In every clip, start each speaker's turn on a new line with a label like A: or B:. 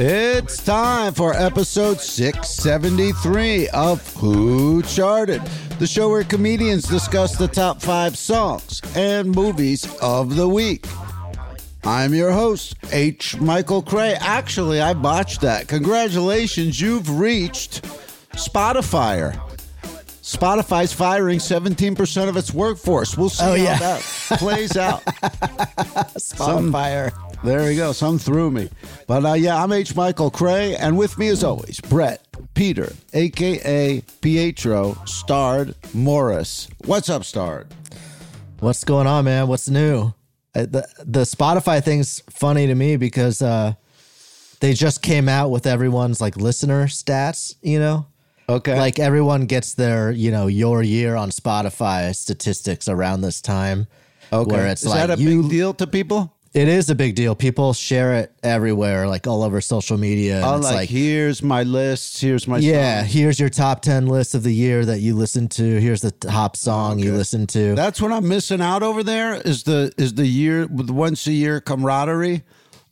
A: It's time for episode 673 of Who Charted, the show where comedians discuss the top five songs and movies of the week. I'm your host, H. Michael Cray. Actually, I botched that. Congratulations, you've reached Spotify. Spotify's firing 17% of its workforce. We'll see
B: Oh, yeah.
A: how that plays out.
B: Some fire.
A: There we go. Some threw me. But uh, yeah, I'm H. Michael Cray, and with me as always, Brett, Peter, aka Pietro, Stard Morris. What's up, Stard?
B: What's going on, man? What's new? Uh, The the Spotify thing's funny to me because uh, they just came out with everyone's like listener stats. You know,
A: Okay.
B: like everyone gets their you know your year on Spotify statistics around this time.
A: okay.
B: where it's
A: Is
B: like
A: that a
B: you-
A: big deal to people?
B: It is a big deal. People share it everywhere, like all over social media. and
A: Oh,
B: it's
A: like, here's my list. Here's my
B: yeah,
A: songs.
B: here's your top ten list of the year that you listened to. Here's the top song
A: Oh,
B: you listened to.
A: That's what I'm missing out over there. Is the is the year with once a year camaraderie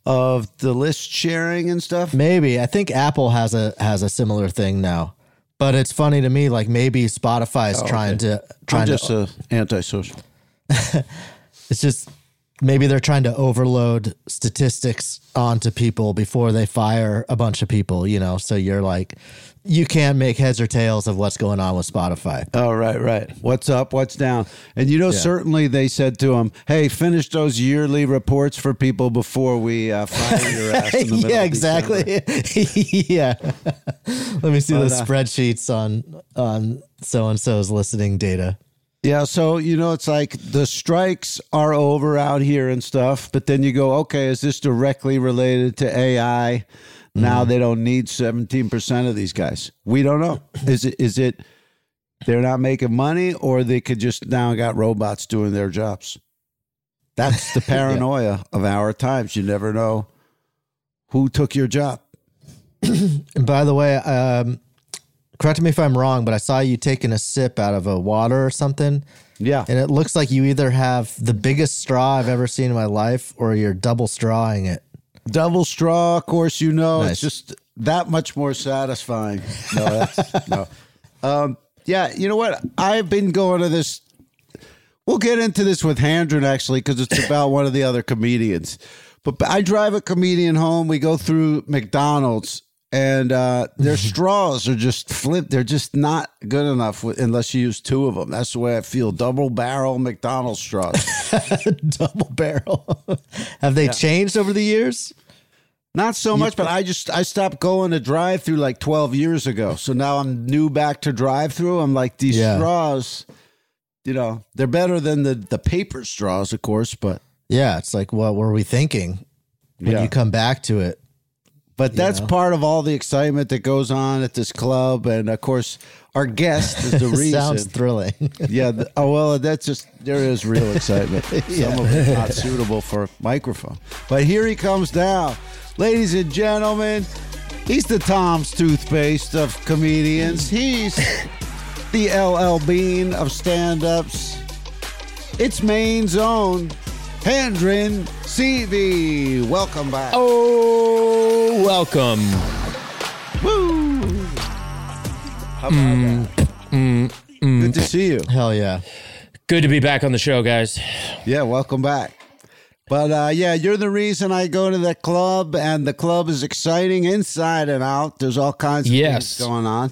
A: of the list sharing and stuff.
B: Maybe I think Apple has a has a similar thing now, but it's funny to me. Like maybe Spotify is trying to
A: Oh, I'm
B: trying
A: just
B: to.
A: a antisocial.
B: it's just maybe they're trying to overload statistics onto people before they fire a bunch of people. You know, so you're like, you can't make heads or tails of what's going on with Spotify.
A: Oh, right, right. What's up? What's down? And you know, certainly they said to him, "Hey, finish those yearly reports for people before we uh, fire your ass." In the middle
B: yeah,
A: of December."
B: exactly. yeah. Let me see the
A: uh,
B: spreadsheets on on so and so's listening data.
A: Yeah, so you know, it's like the strikes are over out here and stuff, but then you go, okay, is this directly related to AI? Now they don't need seventeen percent of these guys. We don't know. Is it? Is it? They're not making money, or they could just now got robots doing their jobs. That's the paranoia of our times. You never know who took your job.
B: And by the way, um, correct me if I'm wrong, but I saw you taking a sip out of a water or something,
A: Yeah,
B: and it looks like you either have the biggest straw I've ever seen in my life, or you're double strawing it.
A: double straw. Of course, you know
B: Nice.
A: it's just that much more satisfying. No, that's, no. Um, yeah, you know what? I've been going to this. We'll get into this with Handren actually because it's about one of the other comedians. But I drive a comedian home. We go through McDonald's, and uh, their straws are just flipped. They're just not good enough with, unless you use two of them. That's the way I feel. Double barrel McDonald's straws.
B: double barrel. have they changed over the years?
A: Not so much, but I just I stopped going to drive through like twelve years ago. So now I'm new back to drive through. I'm like these
B: Yeah.
A: straws, you know, they're better than the the paper straws, of course, but
B: Yeah, it's like what were we thinking when
A: Yeah.
B: you come back to it?
A: but that's part of all the excitement that goes on at this club, and of course our guest is the reason.
B: Sounds thrilling.
A: yeah. th- oh well, that's just there is real excitement. Some of it not suitable for microphone, but here he comes now, ladies and gentlemen. He's the Tom's toothpaste of comedians. He's the LL Bean of stand-ups. It's Maine's own Handrin CV. Welcome back.
C: Oh, welcome.
A: Good to see you.
B: Hell yeah.
C: Good to be back on the show, guys.
A: Yeah, welcome back. But uh, yeah, you're the reason I go to the club, and the club is exciting inside and out. There's all kinds of
C: Yes.
A: things going on.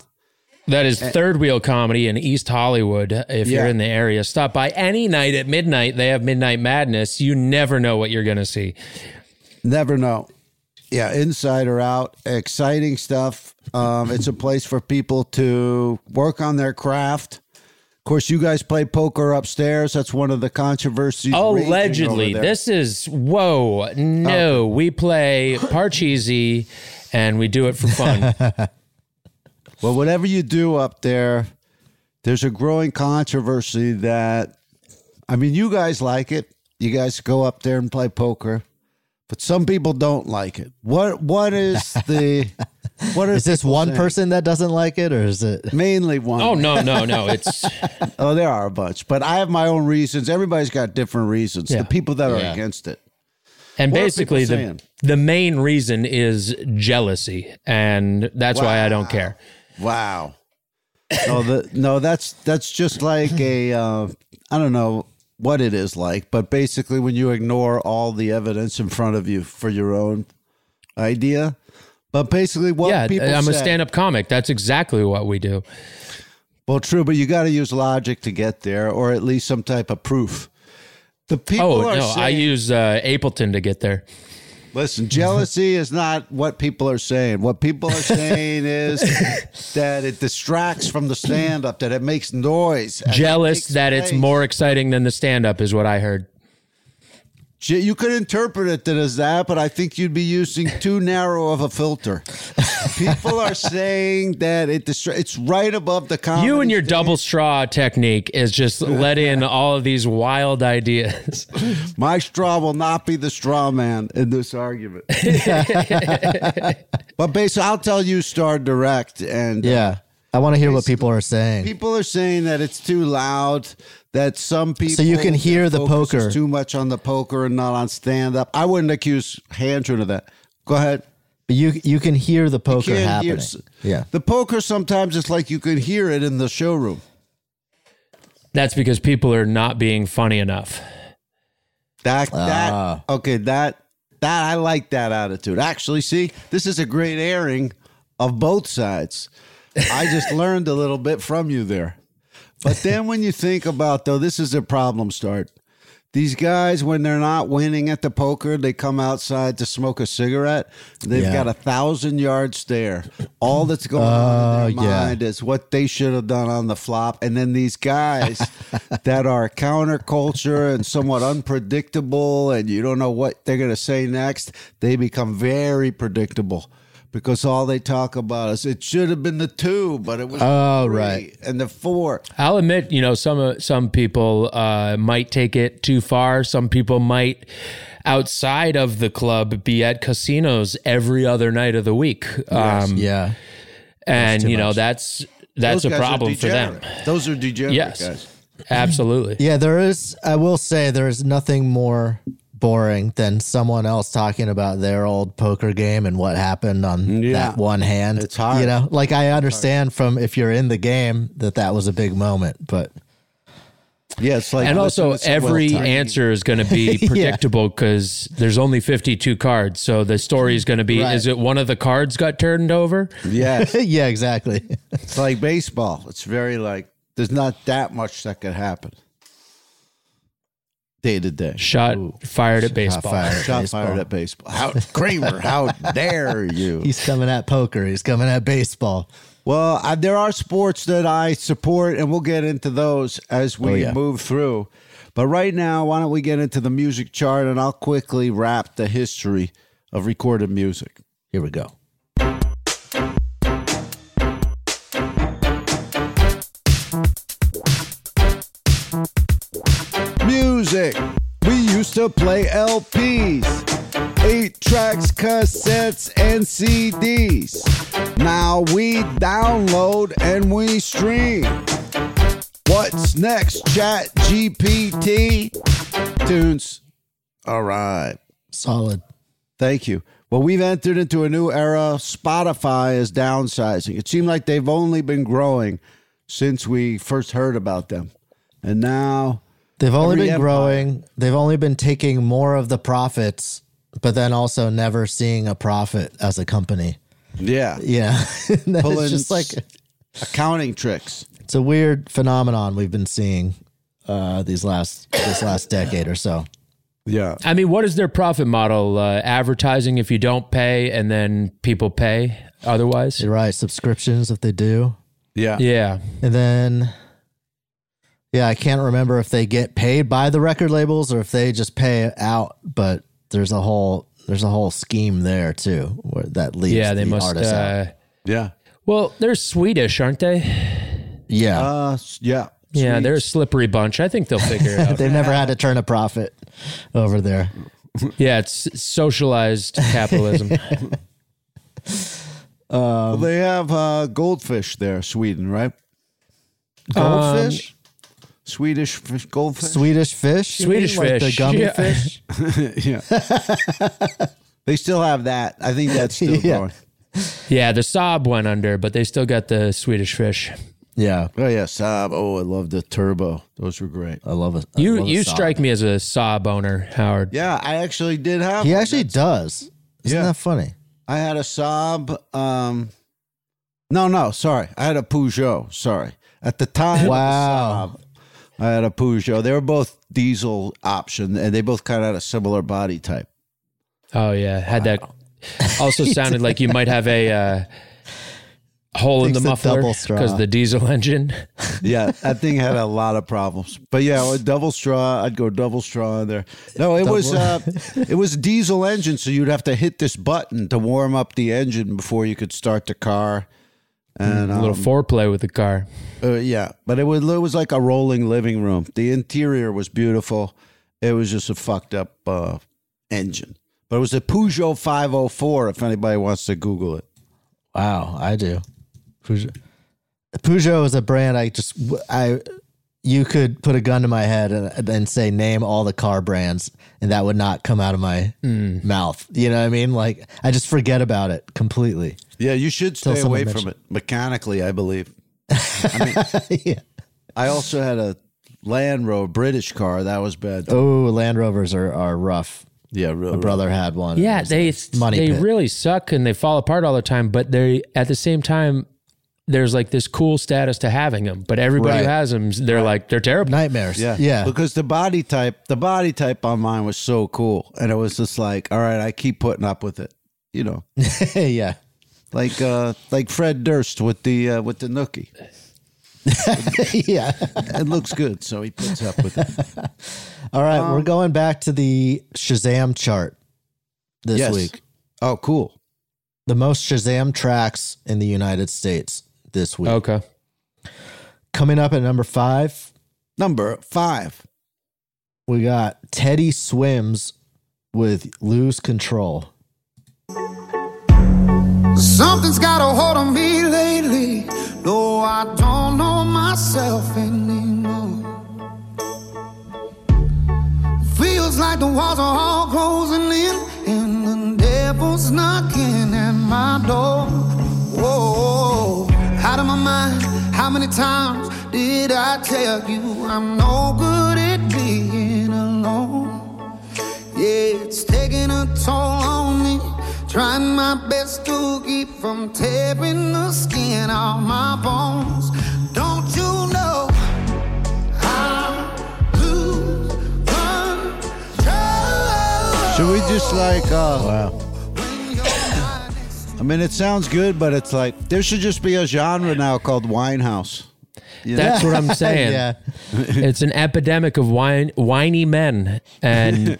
C: That is third wheel comedy in East Hollywood. If
A: Eh. Yeah.
C: you're in the area, stop by any night at midnight. They have Midnight Madness. You never know what you're going to see.
A: Never know. Yeah, inside or out, exciting stuff. Um, it's a place for people to work on their craft. course, you guys play poker upstairs. That's one of the controversies. raging over
C: Oh, Allegedly,
A: there. Oh.
C: this is whoa. No, we play Parcheesi, and we do it for fun.
A: Well, whatever you do up there, there's a growing controversy that, I mean, you guys like it. You guys go up there and play poker, but some people don't like it. What What is the what
B: Is this one
A: person?
B: person that doesn't like it, or is it?
A: Mainly one.
C: oh no, no, no! It's
A: Oh, there are a bunch, but I have my own reasons. Everybody's got different reasons.
B: Yeah.
A: The people that are
B: Yeah.
A: against it.
C: and
A: What are people
C: basically the
A: saying?
C: the main reason is jealousy, and that's why I don't care.
A: Wow. no, the, no, that's that's just like a uh, I don't know what it is like, but basically when you ignore all the evidence in front of you for your own idea. But basically, what
C: yeah,
A: people
C: I'm a
A: say-
C: stand up comic. That's exactly what we do.
A: Well, true, but you got to use logic to get there, or at least some type of proof. The people
C: Oh
A: are
C: no, I
A: saying-
C: use uh, Ableton to get there.
A: Listen, jealousy is not what people are saying. What people are saying is that it distracts from the stand up, that it makes noise. and
C: Jealous
A: makes
C: that it's
A: space.
C: more exciting than the stand up is what I heard.
A: Je- You could interpret it that as that, but I think you'd be using too narrow of a filter. People are saying that it distra- it's right above the comedy.
C: You and your double straw technique is just let in all of these wild ideas.
A: My straw will not be the straw man in this argument. but basically, I'll tell you, Star Direct, and uh,
B: Yeah, I want to hear what people are saying.
A: People are saying that it's too loud. That some people
B: So you can hear the
A: their focus is
B: poker.
A: too much on the poker and not on stand up. I wouldn't accuse Handren of that. Go ahead.
B: But you you can hear the poker
A: Can't
B: happening.
A: hear-
B: yeah,
A: the poker sometimes it's like you could hear it in the showroom.
C: That's because people are not being funny enough.
A: That
B: Ah.
A: that okay that that I like that attitude. Actually, see, this is a great airing of both sides. I just learned a little bit from you there. But then when you think about though, this is a problem start. These guys, when they're not winning at the poker, they come outside to smoke a cigarette. They've
B: Yeah.
A: got a thousand yard stare. All that's going on in
B: Oh,
A: their
B: yeah.
A: mind is what they should have done on the flop. And then these guys that are counterculture and somewhat unpredictable, and you don't know what they're going to say next, they become very predictable. Because all they talk about is it should have been the two, but it was
B: Oh,
A: the three
B: right.
A: and the four.
C: I'll admit, you know, some some people uh, might take it too far. Some people might, outside of the club, be at casinos every other night of the week, um,
B: yeah.
C: and you know that's that's
A: Those
C: a
A: guys are
C: problem for them.
A: degenerate. Those are degenerate
C: Yes,
A: guys.
C: absolutely.
B: Yeah, there is. I will say there is nothing more boring than someone else talking about their old poker game and what happened on
A: Yeah.
B: that one hand.
A: It's hard.
B: you know. Like I understand from if you're in the game that that was a big moment, but
A: Yeah, it's like
C: And also,
A: listen to someone
C: every
A: talk.
C: answer is going to be predictable because there's only 52 cards. So the story is going to be:
B: Right.
C: is it one of the cards got turned over?
A: Yes,
B: yeah, exactly.
A: It's like baseball. It's very like there's not that much that could happen day to day.
C: Shot fired at baseball.
B: fired.
A: Shot
B: Baseball.
A: fired at baseball. How Kramer? How dare you?
B: He's coming at poker. He's coming at baseball.
A: Well, I, there are sports that I support, and we'll get into those as we
B: Oh, yeah.
A: move through. But right now, why don't we get into the music chart, and I'll quickly wrap the history of recorded music.
B: Here we go.
A: Music. We used to play LPs, eight tracks, cassettes, and CDs. Now we download and we stream. What's next, Chat GPT? Tunes. All right.
B: Solid.
A: Thank you. Well, we've entered into a new era. Spotify is downsizing. It seemed like they've only been growing since we first heard about them. And now
B: They've only
A: Every
B: been
A: empire.
B: growing. They've only been taking more of the profits, but then also never seeing a profit as a company.
A: Yeah.
B: Yeah. And then
A: Pulling
B: it's just like
A: s- accounting tricks.
B: it's a weird phenomenon we've been seeing uh these last this last decade or so.
A: Yeah.
C: I mean, what is their profit model? Uh, advertising if you don't pay, and then people pay otherwise.
B: You're right, subscriptions if they do.
A: Yeah.
C: Yeah,
B: And then Yeah, I can't remember if they get paid by the record labels or if they just pay out, but there's a whole there's a whole scheme there too where that leaves
C: Yeah, they
B: the
C: must.
B: artists out.
C: Uh,
A: Yeah.
C: well, they're Swedish, aren't they?
B: Yeah.
A: Uh, s- yeah.
C: Yeah, they're a slippery bunch. I think they'll figure it out.
B: They've never had to turn a profit over there.
C: yeah, it's socialized capitalism.
A: Well, they have uh, goldfish there, Sweden, right? Goldfish?
B: Um,
A: Swedish fish, goldfish?
B: Swedish fish? you
C: Swedish
B: mean, like
C: fish.
B: the gummy
C: Yeah.
B: fish?
A: yeah. they still have that. I think that's still
B: Yeah.
A: going.
C: yeah, the Saab went under, but they still got the Swedish fish.
B: Yeah.
A: Oh, yeah. Saab. Oh, I love the turbo. Those were great.
B: I love it.
C: You you strike me as a Saab owner, Howard.
A: Yeah, I actually did have
B: He
A: one.
B: actually does. Isn't
A: Yeah.
B: that funny?
A: I had a Saab. Um, no, no, sorry. I had a Peugeot. Sorry. At the time,
B: Wow.
A: wow. I had a Peugeot. They were both diesel option, and they both kind of had a similar body type.
C: Oh yeah, had that. Also sounded like you might have a uh, hole in the
B: Thinks the
C: muffler
B: double straw.
C: because the diesel engine.
A: Yeah, that thing had a lot of problems. But yeah, a double straw. I'd go double straw in there. No, it was uh, it was a diesel engine, so you'd have to hit this button to warm up the engine before you could start the car. And
C: a little
A: um,
C: foreplay with the car.
A: Uh, yeah, but it was it was like a rolling living room. The interior was beautiful. It was just a fucked up uh, engine, but it was a Peugeot 504. If anybody wants to Google it,
B: Wow, I do. Peugeot. Peugeot is a brand I just I you could put a gun to my head and, and say name all the car brands and that would not come out of my mouth. You know what I mean? Like I just forget about it completely.
A: yeah, you should stay
B: someone
A: away from it mechanically. I believe.
B: yeah.
A: I also had a Land Rover British car that was bad.
B: Oh, Land Rovers are, are rough.
A: yeah, really.
B: My brother had one.
C: Yeah, they
B: money
C: they
B: pit.
C: really suck and they fall apart all the time. But they at the same time, there's like this cool status to having them. But everybody who
B: Right.
C: has them, they're like they're terrible.
B: nightmares.
A: Yeah,
B: Yeah.
A: Because the body type, the body type on mine was so cool, and it was just like, all right, I keep putting up with it. You know,
B: yeah.
A: like uh, like Fred Durst with the uh, with the nookie.
B: yeah.
A: It looks good, so he puts up with it.
B: All right, we're
A: Um,
B: going back to the Shazam chart this
A: Yes.
B: week.
A: Oh, cool.
B: The most Shazam tracks in the United States this
A: Oh.
B: week.
C: Okay.
B: Coming up at number five,
A: Number five.
B: we got Teddy Swims with Lose Control.
D: Something's got a hold on me lately, though I don't know myself anymore. Feels like the walls are all closing in, and the devil's knocking at my door. Whoa, out of my mind, how many times did I tell you I'm no good at being alone? Yeah, it's taking a toll on me. Trying my best to keep from tearing the skin off my bones. Don't you know? I lose control
A: Should we just like, uh,
D: when you're not next
A: I mean, it sounds good, but it's like, there should just be a genre now called Winehouse.
C: That's what I'm saying.
B: yeah.
C: It's an epidemic of whine, whiny men, and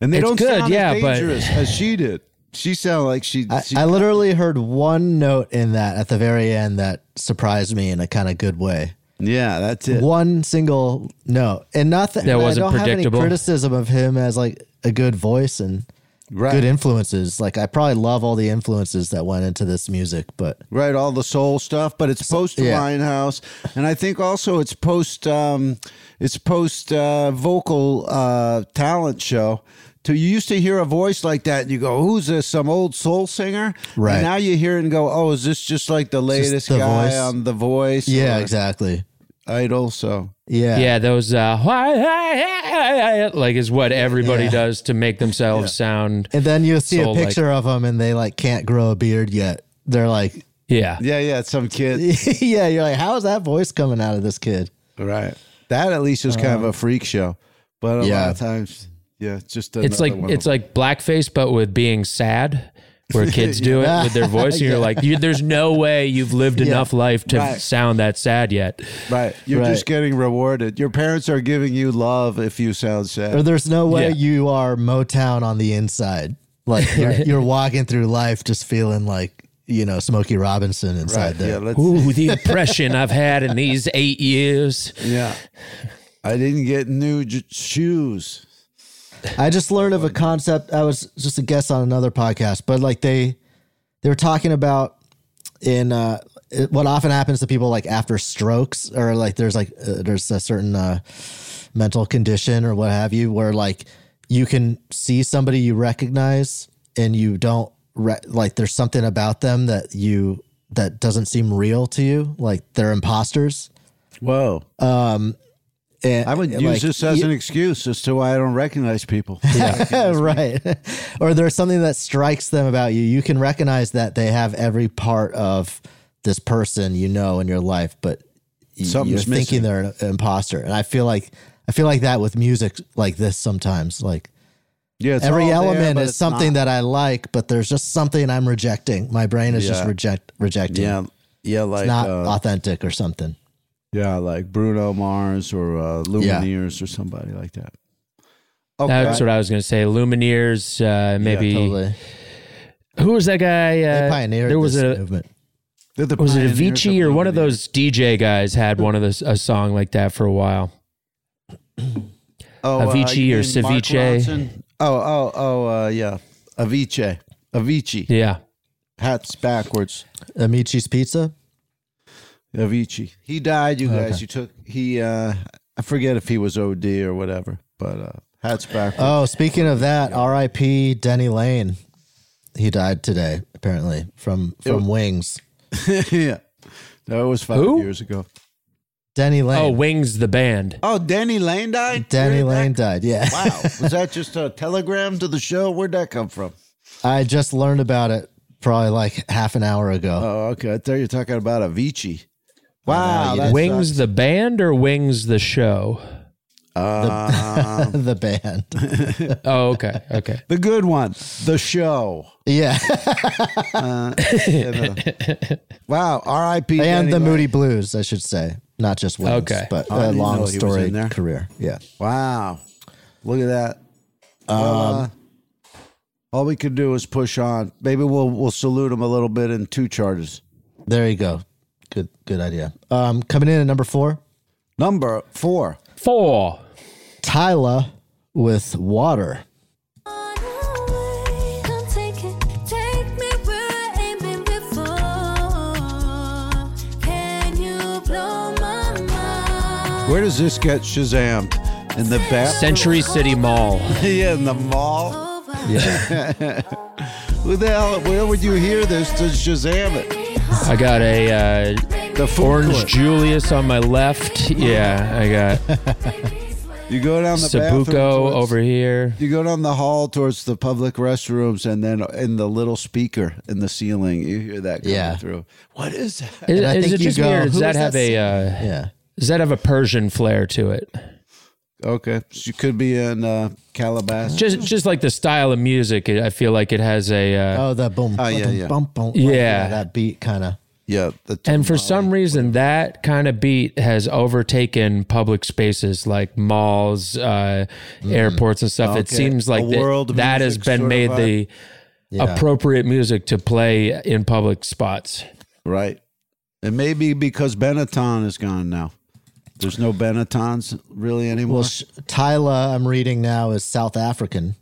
A: And they
C: It's
A: don't
C: good,
A: sound
C: yeah,
A: as
C: but-
A: dangerous as she did. She sounded like she,
B: I,
A: she
B: I literally heard one note in that at the very end that surprised me in a kind of good way.
A: yeah, that's it.
B: One single note, and nothing.
C: That wasn't
B: I don't
C: predictable.
B: Have any criticism of him as like a good voice and
A: Right.
B: good influences. Like I probably love all the influences that went into this music, but
A: Right, all the soul stuff, but it's post
B: yeah.
A: Winehouse, and I think also it's post um, it's post uh, vocal uh, talent show. To you used to hear a voice like that, and you go, "Who's this? Some old soul singer?"
B: Right.
A: And now you hear it and go, "Oh, is this just like the latest
B: The
A: guy
B: Voice.
A: on The Voice?"
B: yeah,
A: or
B: exactly.
A: Idol. So
B: Yeah,
C: yeah, those uh, like is what everybody
B: Yeah.
C: does to make themselves sound.
B: And then you see a
C: So, like-
B: picture of them, and they like can't grow a beard yet. They're like,
C: Yeah,
A: yeah, yeah, it's some kid.
B: yeah, you're like, how is that voice coming out of this kid?
A: Right. That at least was kind of a freak show, but a lot
B: Uh-huh. yeah.
A: of times, yeah, it's just
C: it's like it's like blackface, but with being sad. where kids do it with their voice, and you're like, you, "There's no way you've lived enough life to
A: Right.
C: sound that sad yet."
A: Right. You're
B: Right.
A: just getting rewarded. Your parents are giving you love if you sound sad.
B: Or there's no way
C: Yeah.
B: you are Motown on the inside. Like you're, you're walking through life just feeling like, you know, Smokey Robinson inside
A: right. Yeah.
B: there.
A: Let's,
C: Ooh, the impression I've had in these eight years.
A: yeah. I didn't get new j- shoes.
B: I just learned of a concept. I was just a guest on another podcast, but like they they were talking about in uh, it- what often happens to people like after strokes or like there's like uh, there's a certain uh, mental condition or what have you where like you can see somebody you recognize and you don't re- like there's something about them that you that doesn't seem real to you like they're imposters
A: Whoa.
B: and
A: Um, I would
B: like,
A: use this as an excuse as to why I don't recognize people.
B: right. or there's something that strikes them about you. You can recognize that they have every part of this person you know in your life, but y- you're
A: Something's missing.
B: thinking they're an imposter. And I feel like I feel like that with music like this sometimes. Like
A: Yeah. it's
B: every
A: all there,
B: element
A: but
B: is
A: it's
B: something
A: not.
B: that I like, but there's just something I'm rejecting. My brain is just
A: Yeah.
B: reject rejecting.
A: Yeah. Yeah. Like,
B: it's not
A: uh,
B: authentic or something.
A: yeah. Like Bruno Mars or uh, Lumineers or somebody like that. Okay.
C: That's what I was going to say. Lumineers, uh, maybe.
B: Totally.
C: Who was that guy? Uh,
B: They pioneered
C: There was
B: this
C: a
B: movement.
A: They're the
C: was it
A: pioneers
C: Avicii
A: of
C: or one of
A: Lumineers.
C: those DJ guys had one of those a song like that for a while.
A: Oh,
C: Avicii
A: you
C: or
A: mean Mark
C: Ceviche?
A: Ronson? Oh, oh, oh, uh, yeah. Avicii. Avicii.
C: Yeah.
A: Hats backwards.
B: Amici's Pizza.
A: Avicii. He died, you guys. You took, he, uh, I forget if he was OD or whatever, but uh, hats backwards.
B: Oh, speaking of that, R.I.P. Denny Lane. He died today, apparently from from Wings.
A: yeah. That was five
C: Oh. Who?
A: years ago.
B: Denny
C: Oh,
B: Lane.
C: Wings the band.
A: Oh, Danny Lane died?
B: Denny
A: Where
B: Lane
A: did that-
B: died. Yeah,
A: Wow. Was that just a telegram to the show? Where'd that come from?
B: I just learned about it probably like half an hour ago.
A: Oh, okay. I thought you were talking about Avicii. Wow. that
C: Wings the band or Wings the show?
A: Um.
B: the band.
C: Oh, okay. Okay.
A: sucks. Uh, The good one. The show.
B: Yeah,
A: Wow. R.I.P.
B: and
A: Danny
B: the
A: Lane. Oh,
B: Moody Blues, I should say, not just Wings,
C: Okay.
B: but
A: I
B: a
A: didn't know
B: long
A: he was
B: story
A: in there.
B: career. Yeah,
A: Wow. Look at that. Well, uh, all we can do is push on. Maybe we'll we'll salute him a little bit in two charters.
B: there you go. Good, good idea. Um, coming in at number four,
A: Number four.
C: Four.
B: Tyla with Water.
E: Come take it, take me where I ain't been before. Can you blow my mind?
A: Where does this get Shazam? In the bathroom?
C: Century City Mall.
A: yeah, in the mall. Who the hell? Where would you hear this to Shazam it?
C: I got a uh,
A: The food
C: Orange
A: court.
C: Julius on my left. Yeah, I got
A: You go down the bathroom
C: Sabuco
A: towards-
C: over here.
A: You go down the hall towards the public restrooms, and then in the little speaker in the ceiling, you hear that coming
B: Yeah.
A: through. What is that?
C: Is,
B: And I
C: is
B: think
C: it
B: you
C: just
B: go,
C: me or does
B: "Who
C: that
B: is
C: have
B: that
C: a uh,
B: Yeah,
C: does that have a Persian flair to it?
A: Okay, she could be in uh, Calabasas.
C: Just just like the style of music, I feel like it has a. Uh,
B: Oh, the boom.
A: Oh, yeah,
B: boom,
A: yeah.
B: Bum, boom,
C: Yeah.
B: That beat kind of.
A: Yeah, the
C: And for some reason, that kind of beat has overtaken public spaces like malls, uh, airports, and stuff. It
A: Mm-hmm. Okay.
C: seems like
A: A
C: that,
A: world
C: that has
A: music
C: been
A: sort
C: made
A: of
C: the appropriate music to play in public spots.
A: Right. And maybe because Benetton is gone now. There's no Benettons really anymore.
B: Well, sh- Tyla, I'm reading now, is South African.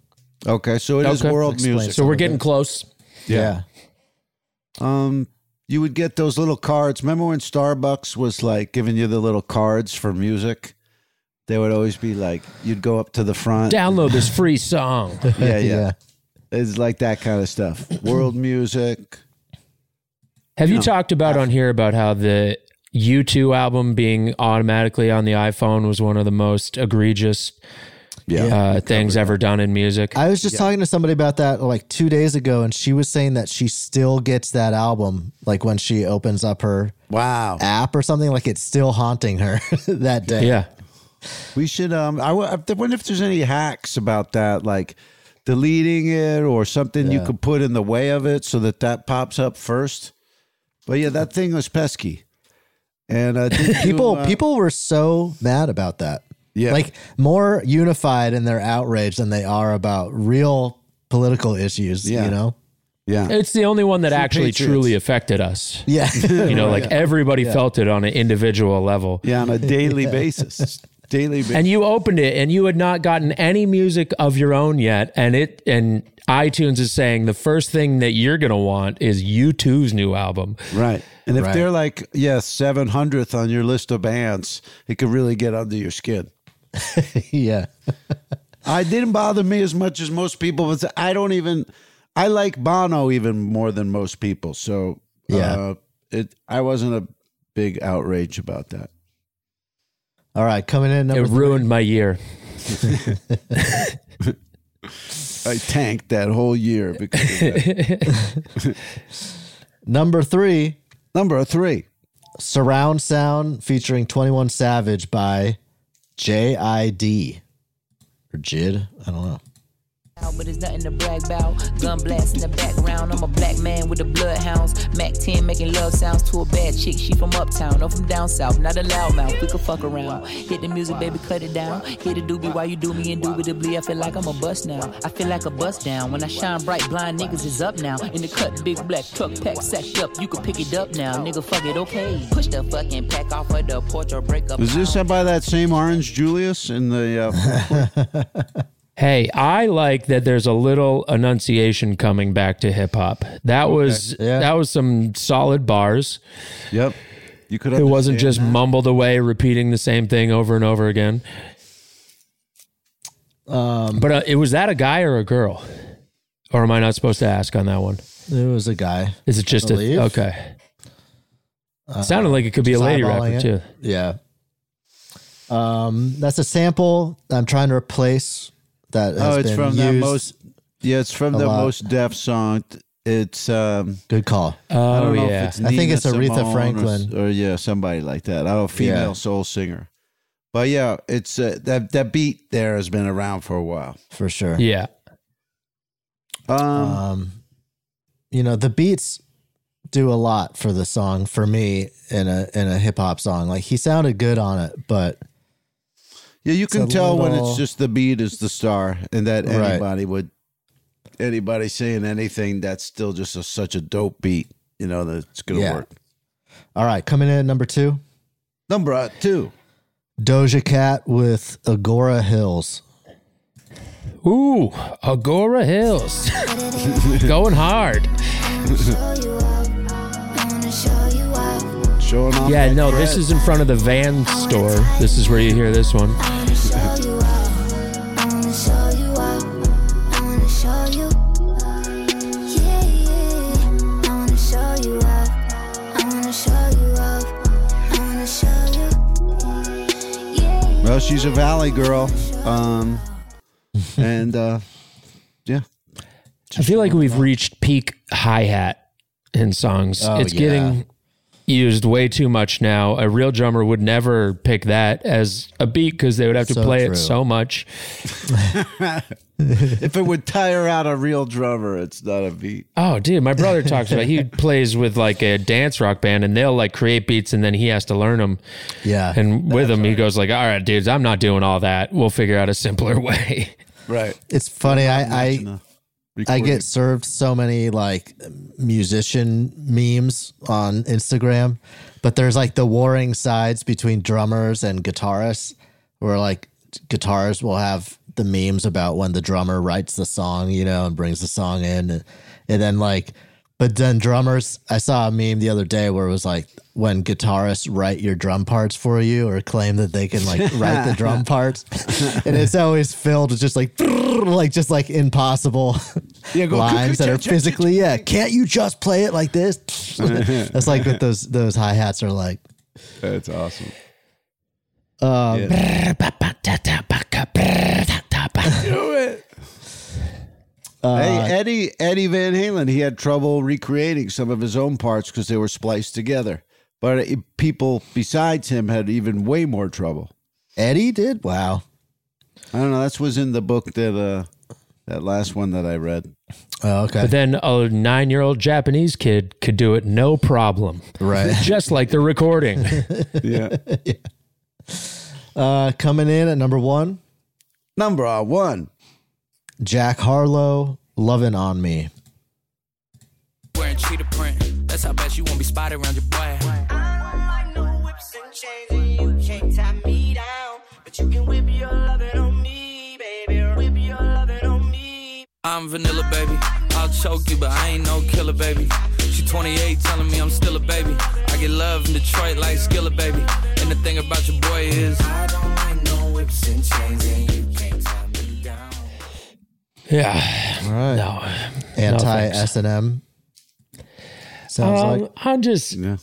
A: okay, so it is
C: Okay.
A: world
B: Explains
A: music.
C: So we're getting close.
B: Yeah.
A: Um, you would get those little cards. Remember when Starbucks was like giving you the little cards for music? They would always be like, you'd go up to the front.
C: Download this free song.
A: Yeah, yeah.
B: Yeah.
A: It's like that kind of stuff. World music.
C: Have you talked about on here about how the U2 album being automatically on the iPhone was one of the most egregious
A: Yeah.
C: uh, things ever done in music?
B: I was just talking to somebody about that like two days ago, and she was saying that she still gets that album, like when she opens up her
A: Wow.
B: app or something, like it's still haunting her that day.
C: yeah.
A: We should. Um, I, w- I wonder if there's any hacks about that, like deleting it or something you could put in the way of it so that that pops up first. But yeah, that thing was pesky. And uh, did you,
B: people
A: uh,
B: people were so mad about that.
A: Yeah.
B: Like more unified in their outrage than they are about real political issues,
A: Yeah.
B: you know?
A: yeah,
C: It's the only one that actually
A: Patriots.
C: truly affected us.
B: Yeah.
C: You know, like everybody felt it on an individual level.
A: yeah, on a daily basis, daily. Ba-
C: And you opened it and you had not gotten any music of your own yet. And it and iTunes is saying the first thing that you're gonna want is U2's new album.
A: right. And if they're like, yeah, seven hundredth on your list of bands, it could really get under your skin.
B: yeah.
A: I didn't bother me as much as most people, but I don't even. I like Bono even more than most people, so
B: Yeah.
A: uh, it. I wasn't a big outrage about that.
B: All right, coming in
C: It
B: number three.
C: ruined my year.
A: I tanked that whole year because of that.
B: number three,
A: number three.
B: Surround Sound featuring 21 Savage by JID. Or Jid. I don't know.
F: But it's nothing to brag about. Gun blast in the background. I'm a black man with the bloodhounds. Mac 10 making love sounds to a bad chick. She from uptown. I'm from down south. Not a loudmouth. We could fuck around. Hit the music, baby, cut it down. Hit a doobie while you do me indubitably. I feel like I'm a bust now. I feel like a bust down. When I shine bright, blind niggas is up now. In the cut, big black truck pack sacked up. You can pick it up now. Nigga, fuck it, okay. Push the fucking pack off of the porch or break up.
A: Is this by that same Orange Julius in the? Uh,
C: Hey, I like that there's a little enunciation coming back to hip hop. That was
B: Yeah.
C: that was some solid bars.
A: yep. You could.
C: It wasn't just mumbled away repeating the same thing over and over again. but uh, it was that a guy or a girl? Or am I not supposed to ask on that one?
B: It was a guy.
C: Is it just
B: believe.
C: a okay? Sounded like it could be a lady
B: eyeballing
C: rapper
B: it.
C: too.
B: Yeah. Um, that's a sample I'm trying to replace that has
A: Oh, it's
B: been
A: from
B: used.
A: that most. Yeah, it's from
B: a
A: the
B: lot.
A: most deaf song. It's. um
B: Good call.
C: Oh
A: I don't know
C: yeah,
A: if it's
B: I think
A: Nina
B: it's Aretha
A: Simone or-
B: Franklin.
A: or, yeah, somebody like that. I don't know, female
B: Yeah.
A: soul singer. But yeah, it's uh, that that beat there has been around for a while.
B: for sure.
C: yeah.
A: Um,
B: Um, you know, the beats do a lot for the song for me in a in a hip hop song. Like he sounded good on it, but
A: yeah, you can
B: a
A: tell when
B: little-
A: it's just the beat is the star, and that
B: Right.
A: anybody would anybody saying anything that's still just a, such a dope beat. You know that it's gonna
B: Yeah.
A: work.
B: all right, coming in at number two,
A: Number uh, two.
B: Doja Cat with Agora Hills.
C: Ooh, Agora Hills, going hard.
A: Showing off.
C: Yeah,
A: that
C: no, this
A: cred.
C: is in front of the van store. This is where you hear this one.
A: Well, she's a valley girl. Um, and uh, yeah,
C: I feel like we've reached peak hi hat in songs.
B: Oh,
C: it's
B: yeah.
C: getting used way too much now. A real drummer would never pick that as a beat because they would have to
B: So
C: play
B: true.
C: it so much.
A: if it would tire out a real drummer, it's not a beat.
C: Oh, dude, my brother talks about he plays with like a dance rock band and they'll like create beats and then he has to learn them.
B: Yeah,
C: And with him, he goes like, "All right, dudes, I'm not doing all that. We'll figure out a simpler way."
A: Right.
B: it's funny. I I, I
A: Recording.
B: get served so many like musician memes on Instagram, but there's like the warring sides between drummers and guitarists, where like guitarists will have the memes about when the drummer writes the song, you know, and brings the song in, and, and then like, but then drummers. I saw a meme the other day where it was like when guitarists write your drum parts for you or claim that they can like write the drum parts, and it's always filled with just like like just like impossible
A: Yeah, go,
B: lines that are physically yeah. Can't you just play it like this? That's like what those those hi hats are like.
A: That's awesome.
C: Uh,
B: Um,
A: Do it. hey, Eddie Eddie Van Halen. He had trouble recreating some of his own parts because they were spliced together. But uh, it, people besides him had even way more trouble.
B: Eddie did wow.
A: I don't know. That's was in the book that uh, That last one that I read.
B: Oh, okay.
C: But then a nine year old Japanese kid could do it no problem,
B: right.
C: just like the recording.
A: Yeah.
B: Uh, coming in at number one,
A: Number uh, one.
B: Jack Harlow, "Lovin' on Me."
G: Wearing cheetah print. That's how bad you won't be spotted around your boy.
H: I don't like no whips and chains, and you can't tie me down. But you can whip your lovin' on me, baby. Whip your lovin' on me.
G: I'm vanilla, baby. I'll choke you, but I ain't no killer, baby. She 28, telling me I'm still a baby. I get love in Detroit like Skillet, baby. And the thing about your boy is, I don't like no whips and chains, and you can't tie me down.
C: yeah.
B: All right.
C: No.
B: Anti S and M. Sounds
C: Um,
B: like
C: I'm just
A: Yeah.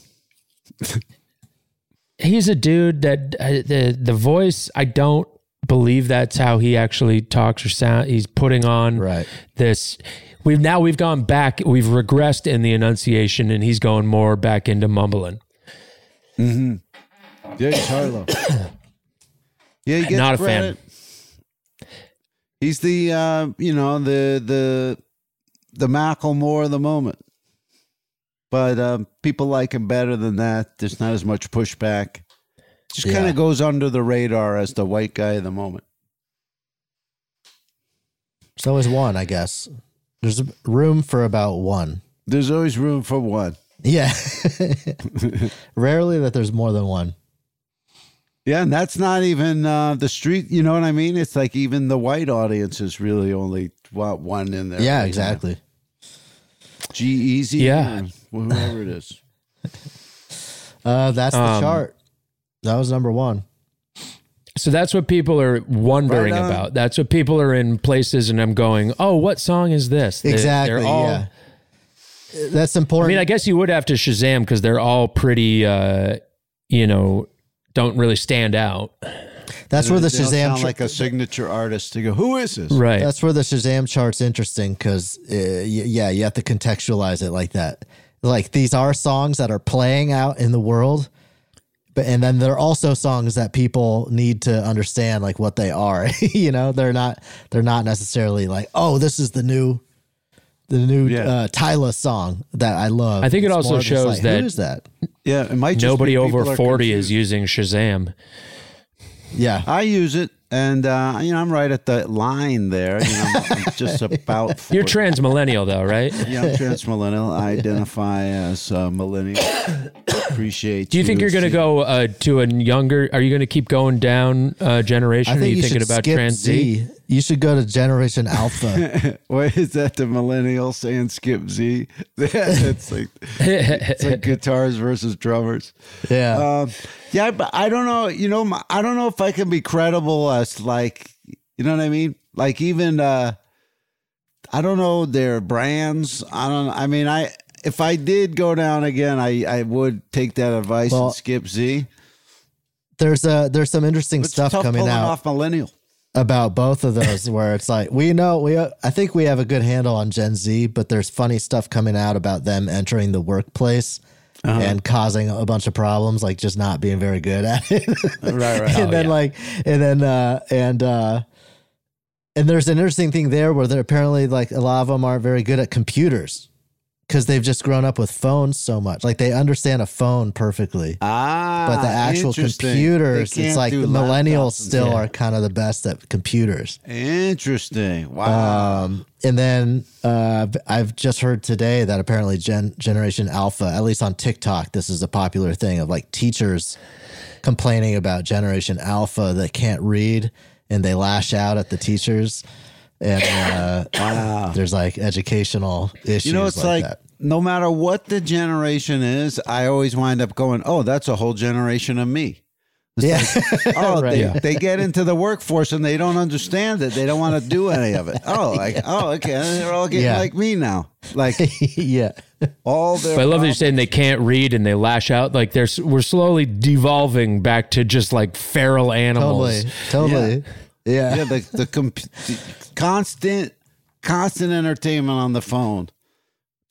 C: he's a dude that uh, the the voice I don't believe that's how he actually talks or sound he's putting on
B: Right.
C: this we've now we've gone back we've regressed in the enunciation and he's going more back into mumbling
A: Jake Harlow. yeah, he gets
C: Not a fan.
A: credit. He's the uh, you know the the the Macklemore of the moment, but um, people like him better than that. There's not as much pushback. Just kind
B: Yeah.
A: of goes under the radar as the white guy of the moment.
B: there's always one. I guess there's room for about one.
A: There's always room for one.
B: Yeah. Rarely that there's more than one.
A: Yeah, and that's not even uh, the street. You know what I mean? It's like even the white audience is really only want one in there.
B: Yeah, exactly.
A: G E Easy.
C: Yeah.
A: whoever it is.
B: Uh, that's the
C: Um,
B: chart. That was number one.
C: so that's what people are wondering
A: Right on.
C: about that's what people are in places and I'm going oh what song is this They-
B: Exactly. yeah. That's
C: I
B: important.
C: mean, I guess you would have to Shazam because they're all pretty, uh, you know, don't really stand out.
B: that's where the
A: They don't
B: Shazam
A: sound
B: char-
A: like a signature artist to go. Who is this?
C: Right.
B: That's where the Shazam chart's interesting because, uh, y- yeah, you have to contextualize it like that. Like these are songs that are playing out in the world, but and then they're also songs that people need to understand like what they are. you know, they're not they're not necessarily like, oh, this is the new the new
A: Yeah.
B: uh, Tyla song that I love.
C: I think it also
B: more just
C: shows
B: like,
C: that-
B: who is that?
A: Yeah, it might just
C: Nobody
A: be
C: over
A: people are
C: 40
A: confused.
C: is using Shazam.
B: Yeah,
A: I use it, and uh, you know I'm right at the line there. You know, I'm, I'm just about. 40.
C: You're trans millennial, though, right?
A: Yeah, I'm transmillennial. I identify as uh, millennial. Appreciate.
C: Do you think you're going to
A: See-
C: go uh, to a younger? Are you going to keep going down uh, generation? are you, thinking about
B: skip
C: trans Z?
B: Z. You should go to Generation Alpha.
A: Why is that the millennial saying skip Z? it's like it's like guitars versus drummers.
B: yeah.
A: Um, yeah, but I don't know. You know, my, I don't know if I can be credible as like, you know what I mean? Like even, uh, I don't know their brands. I don't. I mean, I if I did go down again, I I would take that advice
B: Well,
A: and skip Z.
B: there's a there's some interesting
A: It's
B: stuff
A: tough
B: coming
A: pulling
B: out
A: off millennial.
B: about both of those where it's like we know we I think we have a good handle on Gen Z, but there's funny stuff coming out about them entering the workplace
A: Uh-huh.
B: and causing a bunch of problems, like just not being very good at it.
A: Right, Oh, right.
B: and then like and then uh and uh and there's an interesting thing there where they're apparently like a lot of them aren't very good at computers because they've just grown up with phones so much. Like they understand a phone perfectly
A: Ah,
B: but the actual
A: interesting.
B: computers,
A: They
B: it's
A: can't
B: like
A: do
B: the millennials
A: laptops and
B: still
A: stuff.
B: are kind of the best at computers.
A: Interesting. Wow.
B: Um, and then uh, I've just heard today that apparently Gen Generation Alpha, at least on TikTok, this is a popular thing of like teachers complaining about Generation Alpha that can't read and they lash out at the teachers. And uh, there's like educational issues.
A: you know, it's like,
B: that.
A: no matter what the generation is, I always wind up going, "Oh, that's a whole generation of me."
B: yeah,
A: Oh,
B: Right.
A: they,
B: Yeah.
A: they get into the workforce and they don't understand it. They don't want to do any of it. Oh, like oh, okay, they're all getting
B: Yeah.
A: like me now. Like
B: yeah,
A: all their.
C: But I love that you're saying they can't read and they lash out. Like there's, we're slowly devolving back to just like feral animals.
B: totally, totally, yeah.
A: yeah, the the, comp- the constant constant entertainment on the phone.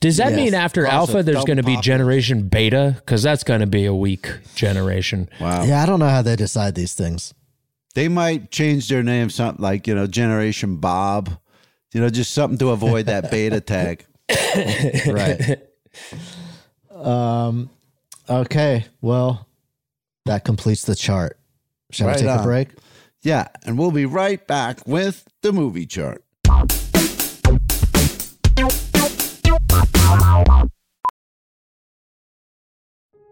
C: Does that
B: Yes.
C: mean after
A: Also
C: Alpha, there's
A: dumb
C: going to be
A: pop.
C: Generation Beta? Because that's going to be a weak generation.
A: Wow,
B: Yeah, I don't know how they decide these things.
A: they might change their name something like you know Generation Bob. You know, just something to avoid that beta tag.
B: right. Um, okay. Well, that completes the chart. Shall
A: Right
B: we take
A: on.
B: a break?
A: Yeah, and we'll be right back with the movie chart.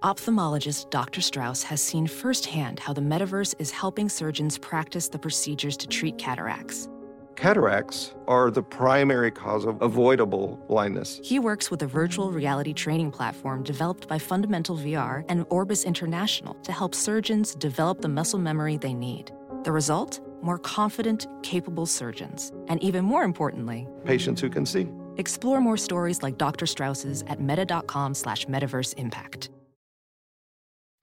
I: Ophthalmologist Dr. Strauss has seen firsthand how the metaverse is helping surgeons practice the procedures to treat cataracts.
J: Cataracts are the primary cause of avoidable blindness.
I: He works with a virtual reality training platform developed by Fundamental VR and Orbis International to help surgeons develop the muscle memory they need. The result? More confident, capable surgeons. And even more importantly,
J: Patients who can see.
I: explore more stories like Dr. Strauss's at meta.com slash metaverse impact.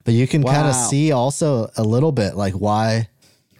B: But you can kind
A: Wow.
B: of see also a little bit like why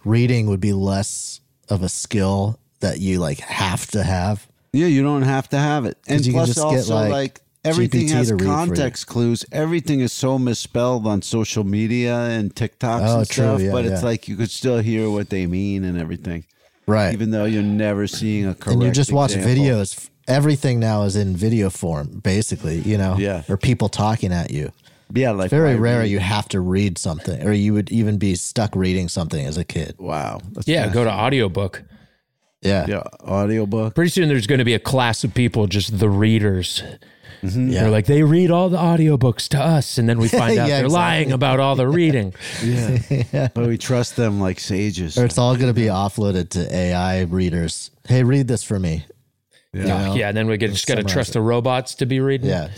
B: reading would be less of a skill that you like have to have.
A: Yeah, you don't have to have it. And
B: you can
A: plus,
B: just get,
A: also,
B: like,
A: like, everything
B: GPT
A: has
B: to read for you.
A: context clues. Everything is so misspelled on social media and TikToks
B: Oh,
A: and
B: true,
A: stuff,
B: yeah,
A: but
B: yeah.
A: it's like you could still hear what they mean and everything,
B: Right.
A: even though you're never seeing a correct
B: and you just watch
A: example.
B: videos. Everything now is in video form, basically, you know,
A: Yeah.
B: or people talking at you.
A: Yeah, like
B: Very
A: why
B: rare
A: read?
B: you have to read something or you would even be stuck reading something as a kid.
A: Wow. That's
C: Yeah, go to audiobook.
B: Yeah.
A: Yeah, audiobook.
C: Pretty soon there's going to be a class of people just the readers.
B: Mm-hmm. Yeah.
C: They're like they read all the audiobooks to us and then we find out
B: Yeah,
C: they're
B: exactly.
C: lying about all the reading.
A: But we trust them like sages.
B: or it's all going to be offloaded to AI readers. Hey, read this for me.
C: Yeah, yeah and then we get, just got to trust the robots to be reading.
B: Yeah.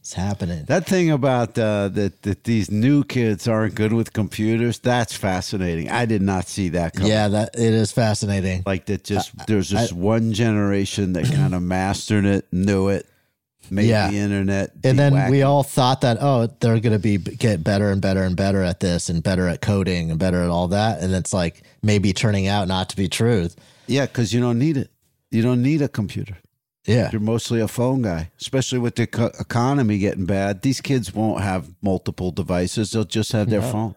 B: It's happening.
A: That thing about uh, that that these new kids aren't good with computers. That's fascinating. I did not see that coming.
B: yeah, that it is fascinating.
A: like that. Just there's just one generation that kind of mastered it, knew it, made
B: Yeah.
A: the internet,
B: and
A: be
B: then we
A: wacky.
B: all thought that oh they're going to be get better and better and better at this and better at coding and better at all that and it's like maybe turning out not to be truth
A: yeah, because you don't need it. You don't need a computer.
B: yeah
A: You're mostly a phone guy, especially with the co- economy getting bad. These kids won't have multiple devices; they'll just have their phone.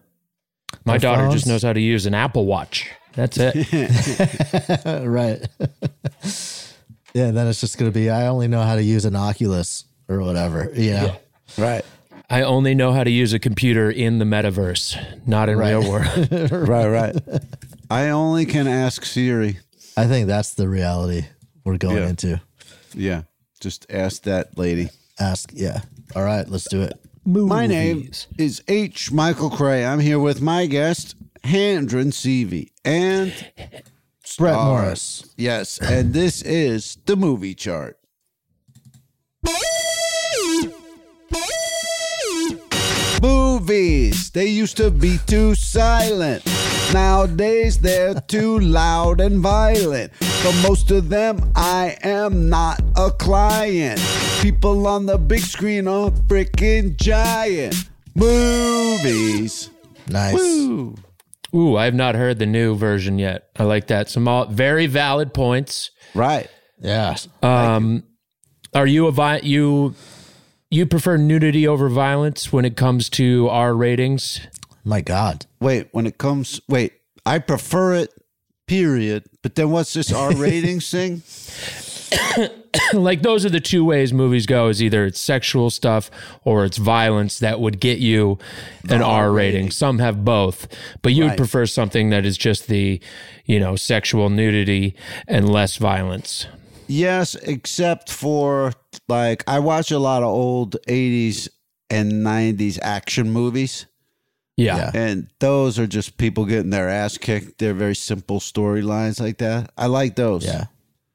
C: My
B: Their
C: daughter
B: phones?
C: just knows how to use an Apple Watch. That's it.
B: right yeah then it's just going to be i only know how to use an oculus or whatever you know
A: Right,
C: I only know how to use a computer in the metaverse, not in real world.
A: right, right. I only can ask Siri.
B: i think that's the reality we're going
A: Yeah.
B: into
A: Yeah, just ask that lady.
B: ask yeah all right let's do it
A: My name is H. Michael Cray. I'm here with my guest, Handren Seavey. And
B: brett
A: All right.
B: morris
A: yes, and this is the movie chart. Movies. They used to be too silent. Nowadays they're too loud and violent. For most of them, I am not a client. People on the big screen are freaking giant. Movies.
B: nice
C: Ooh, I have not heard the new version yet. I like that. Some all very valid points.
A: Right.
B: yeah
C: Um, are you a vi- you you prefer nudity over violence when it comes to our ratings?
B: my god
A: Wait, when it comes, wait, I prefer it, period. But then what's this R ratings thing?
C: like those are the two ways movies go: is either it's sexual stuff or it's violence that would get you an R rating. Some have both, but you would prefer something that is just the you know sexual nudity and less violence.
A: Yes, except for like I watch a lot of old 80s and 90s action movies,
C: Yeah.
A: and those are just people getting their ass kicked. They're very simple storylines like that. I like those.
B: yeah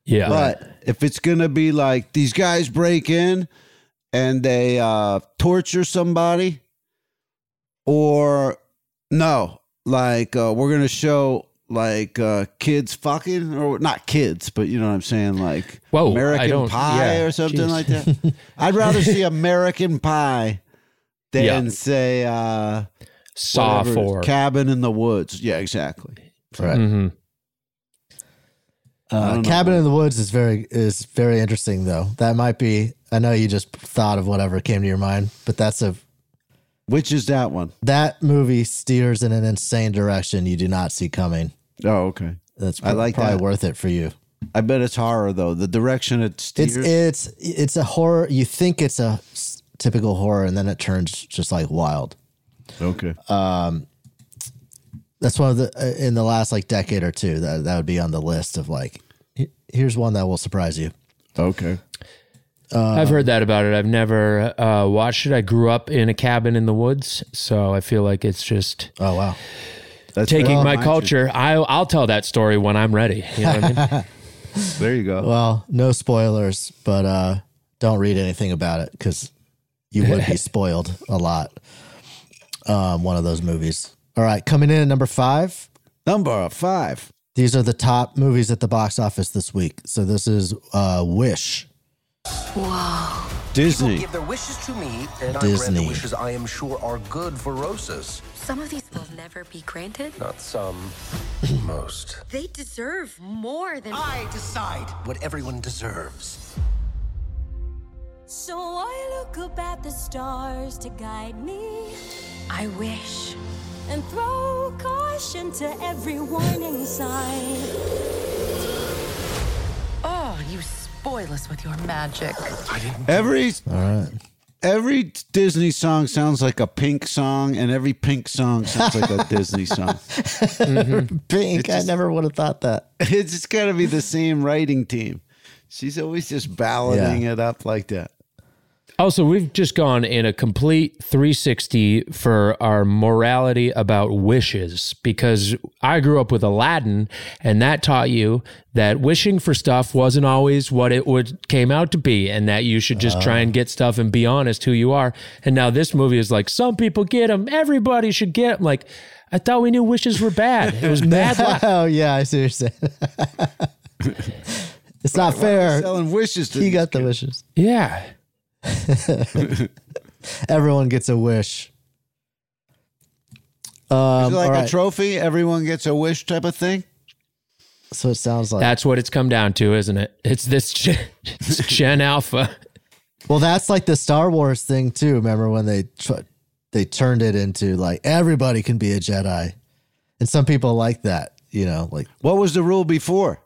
C: Yeah.
A: But if it's gonna be like these guys break in and they uh, torture somebody, or no, like uh, we're gonna show like uh, kids fucking or not kids, but you know what I'm saying, like
C: Whoa, I
A: American
C: don't-
A: Pie
C: yeah,
A: or something
C: jeez.
A: like that. I'd rather see American Pie than
C: Yeah.
A: say uh,
C: Saw
A: whatever,
C: four.
A: Cabin in the Woods. Yeah, exactly.
B: right
A: Mm,
C: Mhm.
B: Uh, Cabin in the Woods is very is very interesting though. That might be. I know you just thought of whatever came to your mind, but that's a
A: Which is that one?
B: that movie steers in an insane direction you do not see coming.
A: Oh, okay.
B: That's
A: I like
B: probably
A: that.
B: worth it for you.
A: I bet it's horror though. The direction it steers.
B: It's it's it's a horror. You think it's a s- typical horror, and then it turns just like wild.
A: okay.
B: Um, that's one of the uh, in the last like decade or two that that would be on the list of like, he- here's one that will surprise you.
A: Okay.
C: I've heard that about it. I've never uh, watched it. I grew up in a cabin in the woods, so I feel like it's just
B: Oh wow.
A: That's
C: taking
A: well,
C: my
A: mind
C: culture. I, I'll tell that story when I'm ready. You know what I mean?
A: you. There you go.
B: Well, no spoilers, but uh, don't read anything about it because you would be spoiled a lot. Um, one of those movies. All right, coming in at number five.
A: Number five.
B: These are the top movies at the box office this week. So this is uh, Wish.
A: Disney.
K: Give their wishes to me, and I grant
B: Disney.
K: the wishes I am sure are good for Rosas.
E: Some of these will never be granted.
K: Not some, most.
E: They deserve more than.
K: I decide what everyone deserves.
E: So I look up at the stars to guide me
I: I wish.
E: and throw caution to every warning sign.
H: Oh, you spoil us with your magic.
A: Every
B: All right.
A: every Disney song sounds like a pink song, and every pink song sounds like a Disney song.
B: Pink. I never would have thought that.
A: It's just got to be the same writing team. She's always just ballading it up like that.
C: Also, Oh, we've just gone in a complete 360 for our morality about wishes because I grew up with Aladdin and that taught you that wishing for stuff wasn't always what it would came out to be and that you should just try and get stuff and be honest who you are. And now this movie is like some people get them, everybody should get them. Like I thought we knew wishes were bad. It was bad luck.
B: oh yeah, I see what you're saying. it's not fair.
A: Selling wishes to
B: Er, He
A: these
B: got the
A: kids.
B: wishes.
C: Yeah.
B: Everyone gets a wish. Um,
A: Is it like
B: all right.
A: a trophy. Everyone gets a wish type of thing.
B: so it sounds like
C: That's what it's come down to, isn't it? It's this gen, it's gen alpha.
B: Well, that's like the Star Wars thing too. Remember when they tr- they turned it into like everybody can be a Jedi, and some people like that. You know, like
A: What was the rule before?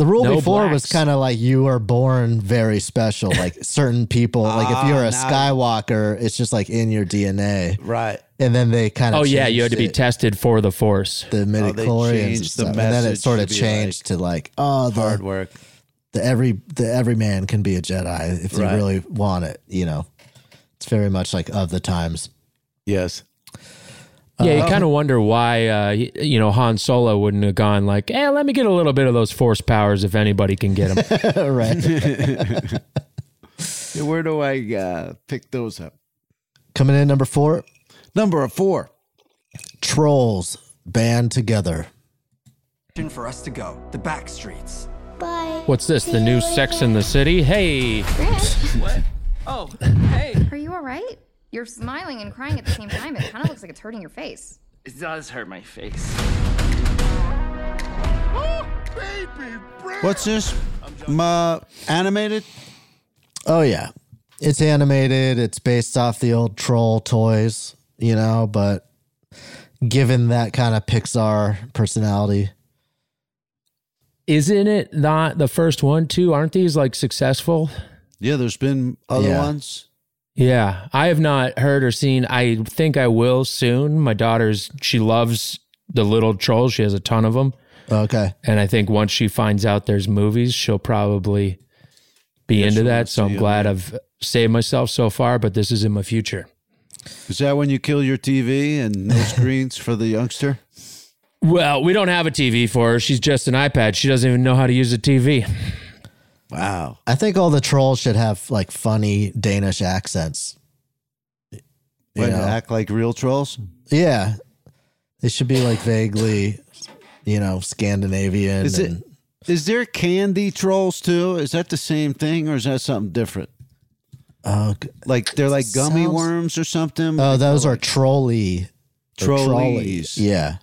B: the rule
C: No
B: before was
C: blacks.
B: kind of like you are born very special. Like certain people, like
A: Ah,
B: if you're a Skywalker, it's just like in your DNA.
A: Right.
B: And then they kind of
C: Oh yeah, you had to be
B: it,
C: tested for the force.
B: the
A: Oh, they
B: midichlorians and,
A: changed the
B: stuff. and then it
A: message
B: sort of
A: to be
B: changed to like oh the
A: Hard work.
B: the every the every man can be a Jedi if they
A: Right.
B: really want it. You know, it's very much like of the times.
A: Yes.
C: Yeah,
B: Uh-huh.
C: you kind of wonder why, uh, y- you know, Han Solo wouldn't have gone like, "Eh, let me get a little bit of those Force powers if anybody can get them."
B: right.
A: Yeah, Where do I uh, pick those up?
B: Coming in number four,
A: Number four.
B: trolls band together.
K: For us to go, the back streets.
E: Bye.
C: What's this? The new Sex in the City? Hey,
F: Oh, hey.
L: Are you all right? You're smiling and crying at the same time. It kind of looks like it's hurting your face.
H: It does hurt my face.
A: What's this? Ma animated?
B: Oh yeah, it's animated. It's based off the old troll toys, you know. But given that kind of Pixar personality,
C: isn't it not the first one too? Aren't these like successful?
A: Yeah, there's been other
B: Yeah.
A: ones.
C: Yeah, I have not heard or seen. I think I will soon. My daughter's she loves the little trolls. She has a ton of them,
B: okay,
C: and I think once she finds out there's movies, she'll probably be into that. So I'm glad I've saved myself so far, but this is in my future.
A: Is that when you kill your TV and no screens for the youngster?
C: Well, we don't have a TV for her. She's just an iPad. She doesn't even know how to use a TV.
A: Wow.
B: I think all the trolls should have like funny Danish accents. You
A: Wait,
B: know?
A: act like real trolls?
B: yeah, they should be like vaguely, you know, Scandinavian.
A: Is it
B: and-
A: is there candy trolls too? Is that the same thing or is that something different?
B: Oh, g-
A: Like they're like gummy
B: Sounds-
A: worms or something?
B: oh, those are trolley. or
A: Trolleys.
B: Yeah.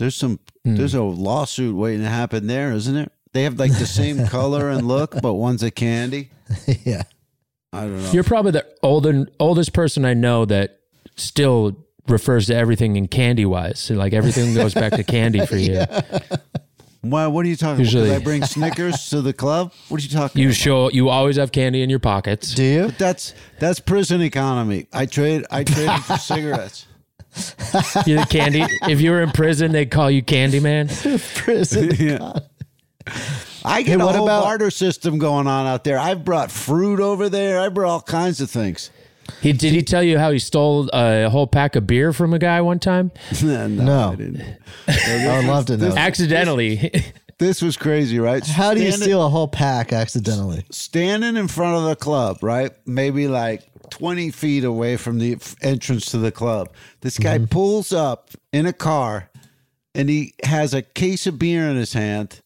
B: Hmm.
A: There's some there's a lawsuit waiting to happen there, isn't it? They have like the same color and look, but one's a candy.
B: yeah.
A: I don't know.
C: You're probably the olden, oldest person I know that still refers to everything in candy wise. Like everything goes back to candy for you.
A: Why? What are you talking
C: Usually-
A: about? Did I bring Snickers to the club? What are you talking
C: You
A: about?
C: show you always have candy in your pockets.
B: Do you?
A: But that's that's prison economy. I trade I traded for cigarettes.
C: You're the candy. if you were in prison, they'd call you Candy Man.
B: prison.
A: yeah. I
B: Hey,
A: get a
B: what
A: whole
B: about-
A: barter system going on out there. I've brought fruit over there. I brought all kinds of things.
C: He did he tell you how he stole a whole pack of beer from a guy one time?
A: no,
B: No.
A: I didn't.
B: I would Oh, love to know.
C: Accidentally.
A: This was crazy, right?
B: How do you
A: Standing-
B: steal a whole pack accidentally?
A: standing in front of the club, right? Maybe like 20 feet away from the f- entrance to the club. This
B: Mm-hmm.
A: guy pulls up in a car and he has a case of beer in his hand.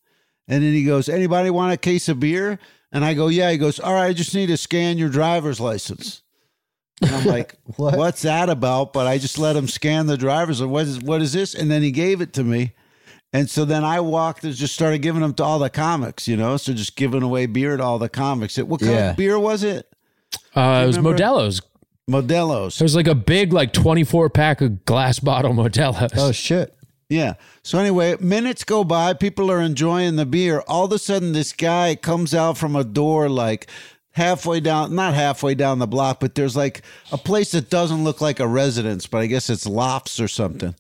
A: And then he goes, Anybody want a case of beer? And I go, Yeah. He goes, All right, I just need to scan your driver's license. And I'm like,
B: What?
A: What's that about? But I just let him scan the driver's. li- What is what is this? And then he gave it to me. And so then I walked and just started giving them to all the comics, you know. So just giving away beer to all the comics. It, what kind
B: Yeah.
A: of beer was it?
C: Uh, it was
A: remember?
C: Modelo's. It
A: Modelo's.
C: was like a big, like 24 pack of glass bottle Modelo's.
B: Oh shit.
A: Yeah. So anyway, minutes go by. People are enjoying the beer. All of a sudden, this guy comes out from a door like halfway down, not halfway down the block, but there's like a place that doesn't look like a residence, but I guess it's Lops or something.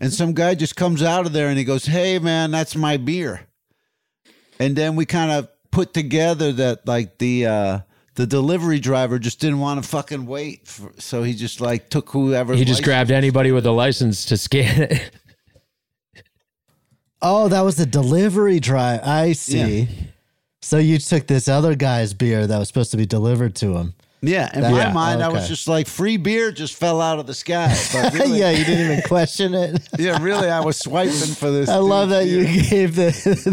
A: And some guy just comes out of there and he goes, Hey, man, that's my beer. and then we kind of put together that like the uh the delivery driver just didn't want to fucking wait for, so he just like took whoever
C: he just grabbed anybody with a license to scan it.
B: Oh, that was the delivery drive. I see. So you took this other guy's beer that was supposed to be delivered to him.
A: yeah in
B: That-
A: my
B: Yeah,
A: mind i
B: okay.
A: was just like free beer just fell out of the sky but really,
B: yeah,
A: yeah
B: you didn't even question it.
A: yeah really i was swiping for this
B: I love that
A: dude's
B: you
A: beer.
B: gave the,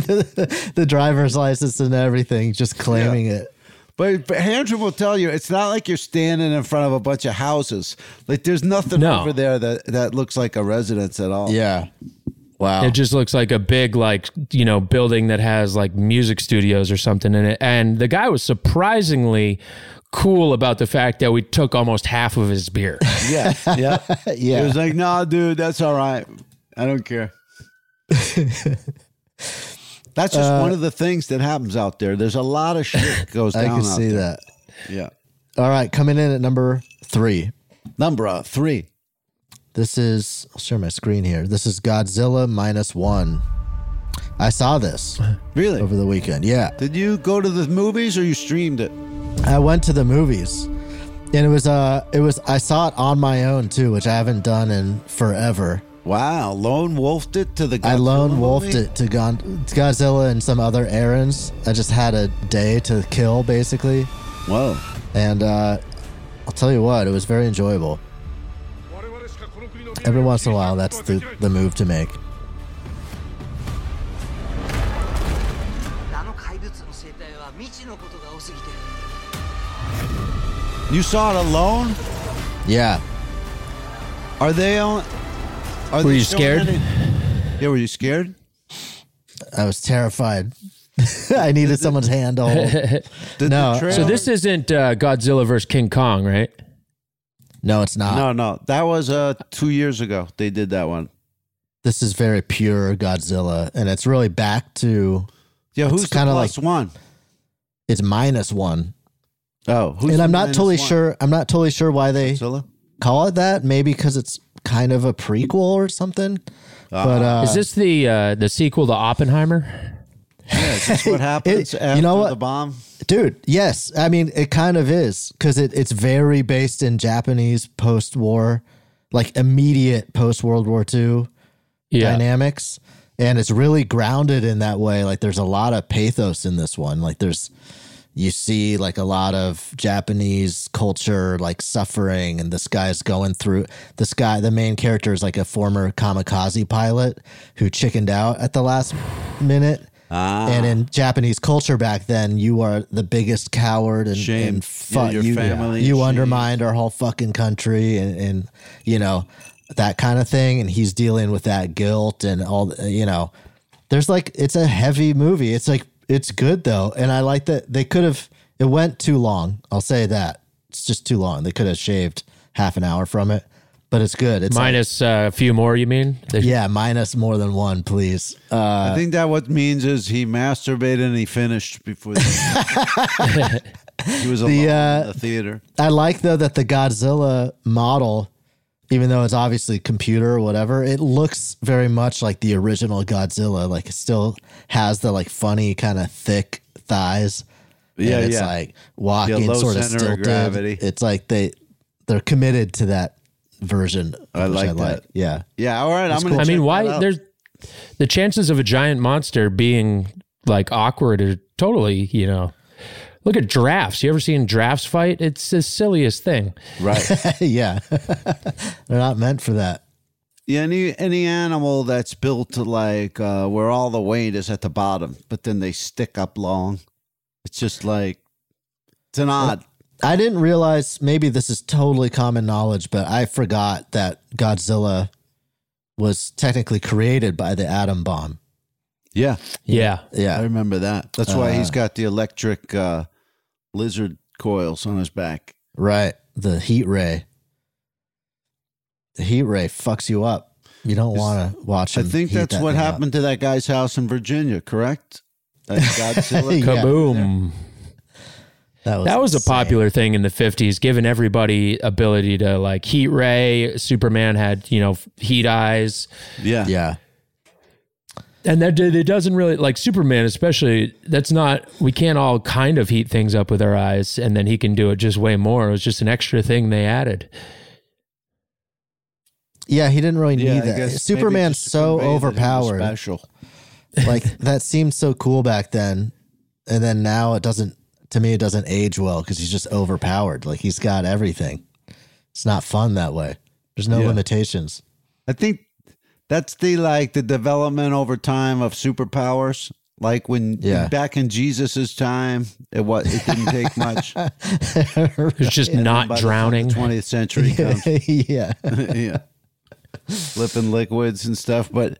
B: the the driver's license and everything, just claiming it.
A: but, but Andrew will tell you it's not like you're standing in front of a bunch of houses like there's nothing
C: No.
A: over there that that looks like a residence at all
B: Yeah. Wow.
C: It just looks like a big, like, you know, building that has like music studios or something in it. And the guy was surprisingly cool about the fact that we took almost half of his beer.
A: yeah yeah
B: yeah.
A: it was like nah dude that's all right i don't care that's just
B: Uh,
A: one of the things that happens out there there's a lot of shit that goes down
B: I can
A: out
B: see
A: there.
B: that.
A: yeah
B: All right, coming in at number three.
A: number uh, three
B: This is I'll share my screen here. This is Godzilla minus one. I saw this
A: really
B: over the weekend. Yeah.
A: did you go to the movies or you streamed it
B: I went to the movies, and it was uh, it was I saw it on my own too, which I haven't done in forever.
A: wow lone wolfed it to the
B: I
A: Godzilla
B: lone wolfed
A: movie?
B: it to Gon- to Godzilla and some other errands. I just had a day to kill basically,
A: whoa
B: and uh, I'll tell you what, it was very enjoyable. Every once in a while, that's the the move to make.
H: あの怪物の生態は未知のことが多すぎて
A: you saw it alone
B: Yeah,
A: are they on are
C: Were
A: they
C: you
A: showing
C: scared?
A: any- yeah were you scared
B: I was terrified. I needed someone's hand to hold.
A: Did
B: No,
A: the
C: So
A: trailer-
C: this isn't uh, Godzilla versus King Kong, right?
B: No, it's not.
A: no no that was uh two years ago they did that one
B: This is very pure Godzilla, and it's really back to
A: yeah who's kind
B: kinda
A: of like one
B: it's minus one.
A: Oh, who's
B: and
A: the
B: I'm not
A: minus
B: totally
A: one?
B: sure. I'm not totally sure why they
A: Godzilla?
B: call it that. Maybe because it's kind of a prequel or something. but uh,
C: Is this the uh, the sequel to Oppenheimer?
A: Yeah, is this what happens
B: you
A: after
B: know what?
A: the bomb?
B: dude, yes, I mean it kind of is because it, it's very based in Japanese post-war, like immediate post World War II dynamics, and it's really grounded in that way. Like there's a lot of pathos in this one. Like there's you see like a lot of Japanese culture like suffering and this guy's going through this guy the main character is like a former kamikaze pilot who chickened out at the last minute.
A: Ah.
B: And in Japanese culture back then, you are the biggest coward and,
A: Shame.
B: and fu-
A: Yeah, your
B: you,
A: family is
B: you
A: shame.
B: undermined our whole fucking country and, and you know that kind of thing. And he's dealing with that guilt and all you know there's like it's a heavy movie. It's like it's good though, and I like that they could have. It went too long. I'll say that it's just too long. They could have shaved half an hour from it, but it's good. It's like-
C: Minus uh, a few more, you mean? They-
B: yeah, minus more than one, please. Uh,
A: I think that what means is he masturbated and he finished before the- he was alone
B: The, uh,
A: in the theater.
B: I like though that the Godzilla model, even though it's obviously computer or whatever, it looks very much like the original Godzilla. Like it still has the like funny kind of thick thighs.
A: Yeah,
B: and it's
A: yeah.
B: like
A: Yeah,
B: walking
A: low
B: sort of
A: center of
B: stilted.
A: gravity.
B: It's like they they're committed to that version.
A: I
B: which
A: like that.
B: Yeah.
A: Yeah, all right.
B: That's
A: I'm gonna.
B: cool.
C: I
A: check
C: mean,
A: that
C: why?
A: out.
C: There's the chances of a giant monster being like awkward are totally, you know. Look at giraffes. You ever seen giraffes fight? It's the silliest thing.
A: right.
B: yeah. they're not meant for that.
A: Yeah, any any animal that's built to like uh, where all the weight is at the bottom, but then they stick up long. It's just like it's an odd.
B: I didn't realize maybe this is totally common knowledge, but I forgot that Godzilla was technically created by the atom bomb.
A: Yeah,
C: Yeah.
A: I
B: Yeah.
A: remember that. That's why he's
B: Uh,
A: got the electric uh, lizard coils on his back.
B: Right. The heat ray. The heat ray fucks you up. You don't want to watch
A: I
B: him
A: think
B: heat
A: that's
B: that
A: what
B: thing up.
A: happened to that guy's house in Virginia, correct? That Godzilla.
B: Yeah.
C: Kaboom.
B: That was,
C: That was a
B: insane.
C: popular thing in the 50s, giving everybody ability to like heat ray. Superman had, you know, f- heat eyes.
A: Yeah.
B: Yeah.
C: And that it doesn't really like Superman, especially. That's not, we can't all kind of heat things up with our eyes, and then he can do it just way more. It was just an extra thing they added.
B: Yeah. He didn't really
A: Yeah, I
B: need that.
A: guess maybe
B: Superman's
A: just to convey
B: so
A: that he was
B: overpowered.
A: Special.
B: like that seemed so cool back then. And then now it doesn't, to me, it doesn't age well because he's just overpowered. Like he's got everything. It's not fun that way. There's no
A: Yeah.
B: limitations.
A: I think that's the like the development over time of superpowers. Like when
B: Yeah.
A: back in Jesus's time, it was it didn't take much.
C: It's just not drowning.
A: Twentieth century comes,
B: yeah.
A: yeah, flipping liquids and stuff. But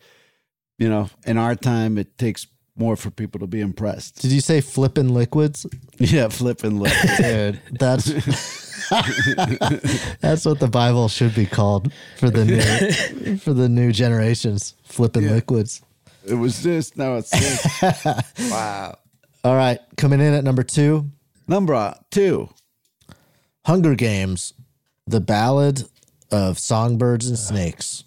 A: you know, in our time, it takes more for people to be impressed.
B: Did you say flipping liquids?
A: Yeah, flipping liquids.
B: Dude, that's that's what the Bible should be called for the new for the new generations. Flipping liquids.
A: it was this. Now it's this. wow.
B: All right, coming in at number two,
A: Number two.
B: Hunger Games, the ballad of songbirds and snakes.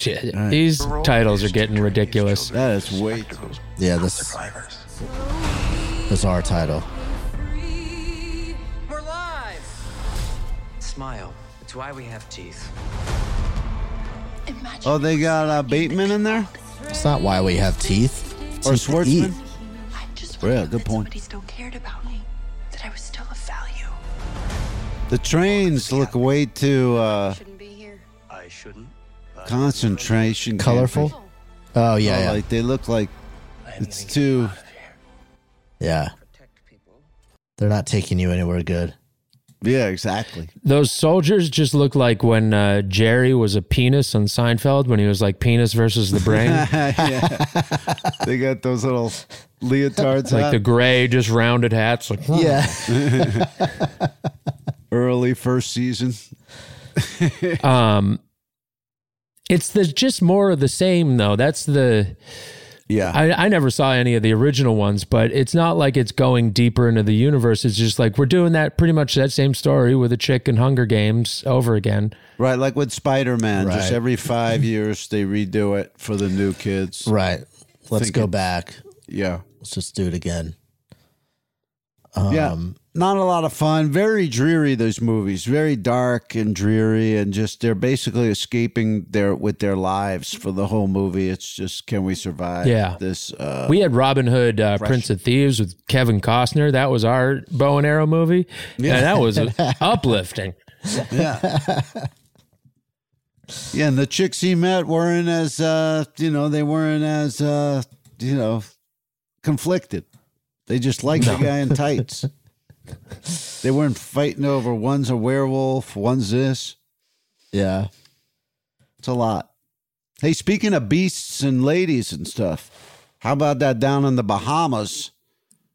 C: Shit, These titles are getting ridiculous.
A: That is way too.
B: Yeah, this bizarre title.
H: We're live! Smile. It's why we have teeth.
A: Oh, they got uh, Bateman in there.
B: It's not why we have teeth.
A: Or
B: Teeth to eat.
A: Schwartzman?
M: I just
A: Yeah,
M: yeah,
A: good
M: that
A: point.
M: somebody still cared about me, that I was still of value.
A: The trains look way too uh,
M: Shouldn't be here.
H: I shouldn't.
A: concentration. camp-
B: Colorful. Oh
A: Oh,
B: yeah, yeah,
A: Like they look like it's too.
B: yeah. They're not taking you anywhere good.
A: Yeah, exactly.
C: Those soldiers just look like when uh, Jerry was a penis on Seinfeld when he was like penis versus the brain.
A: yeah. They got those little leotards
C: like the
A: like
C: gray, just rounded hats. Like,
B: Yeah.
A: early first season.
C: um, it's the just more of the same though. That's the
A: Yeah.
C: I, I never saw any of the original ones, but it's not like it's going deeper into the universe. It's just like we're doing that pretty much that same story with a chick in Hunger Games over again.
A: right, like with Spider Man, just
B: Right.
A: every five years they redo it for the new kids.
B: Right. Let's
A: Think
B: go
A: it-
B: back.
A: Yeah.
B: Let's just do it again. Um,
A: yeah. Um, Not a lot of fun. Very dreary, those movies. Very dark and dreary. And just they're basically escaping their with their lives for the whole movie. It's just, can we survive
C: Yeah.
A: this? Uh,
C: We had Robin Hood, uh, Prince of Thieves with Kevin Costner. That was our bow and arrow movie. Yeah, that was uplifting.
A: Yeah. yeah, and the chicks he met weren't as uh, you know, they weren't as uh, you know, conflicted. They just liked the guy in tights. they weren't fighting over one's a werewolf, one's this.
B: Yeah.
A: It's a lot. Hey, speaking of beasts and ladies and stuff, how about that down in the Bahamas?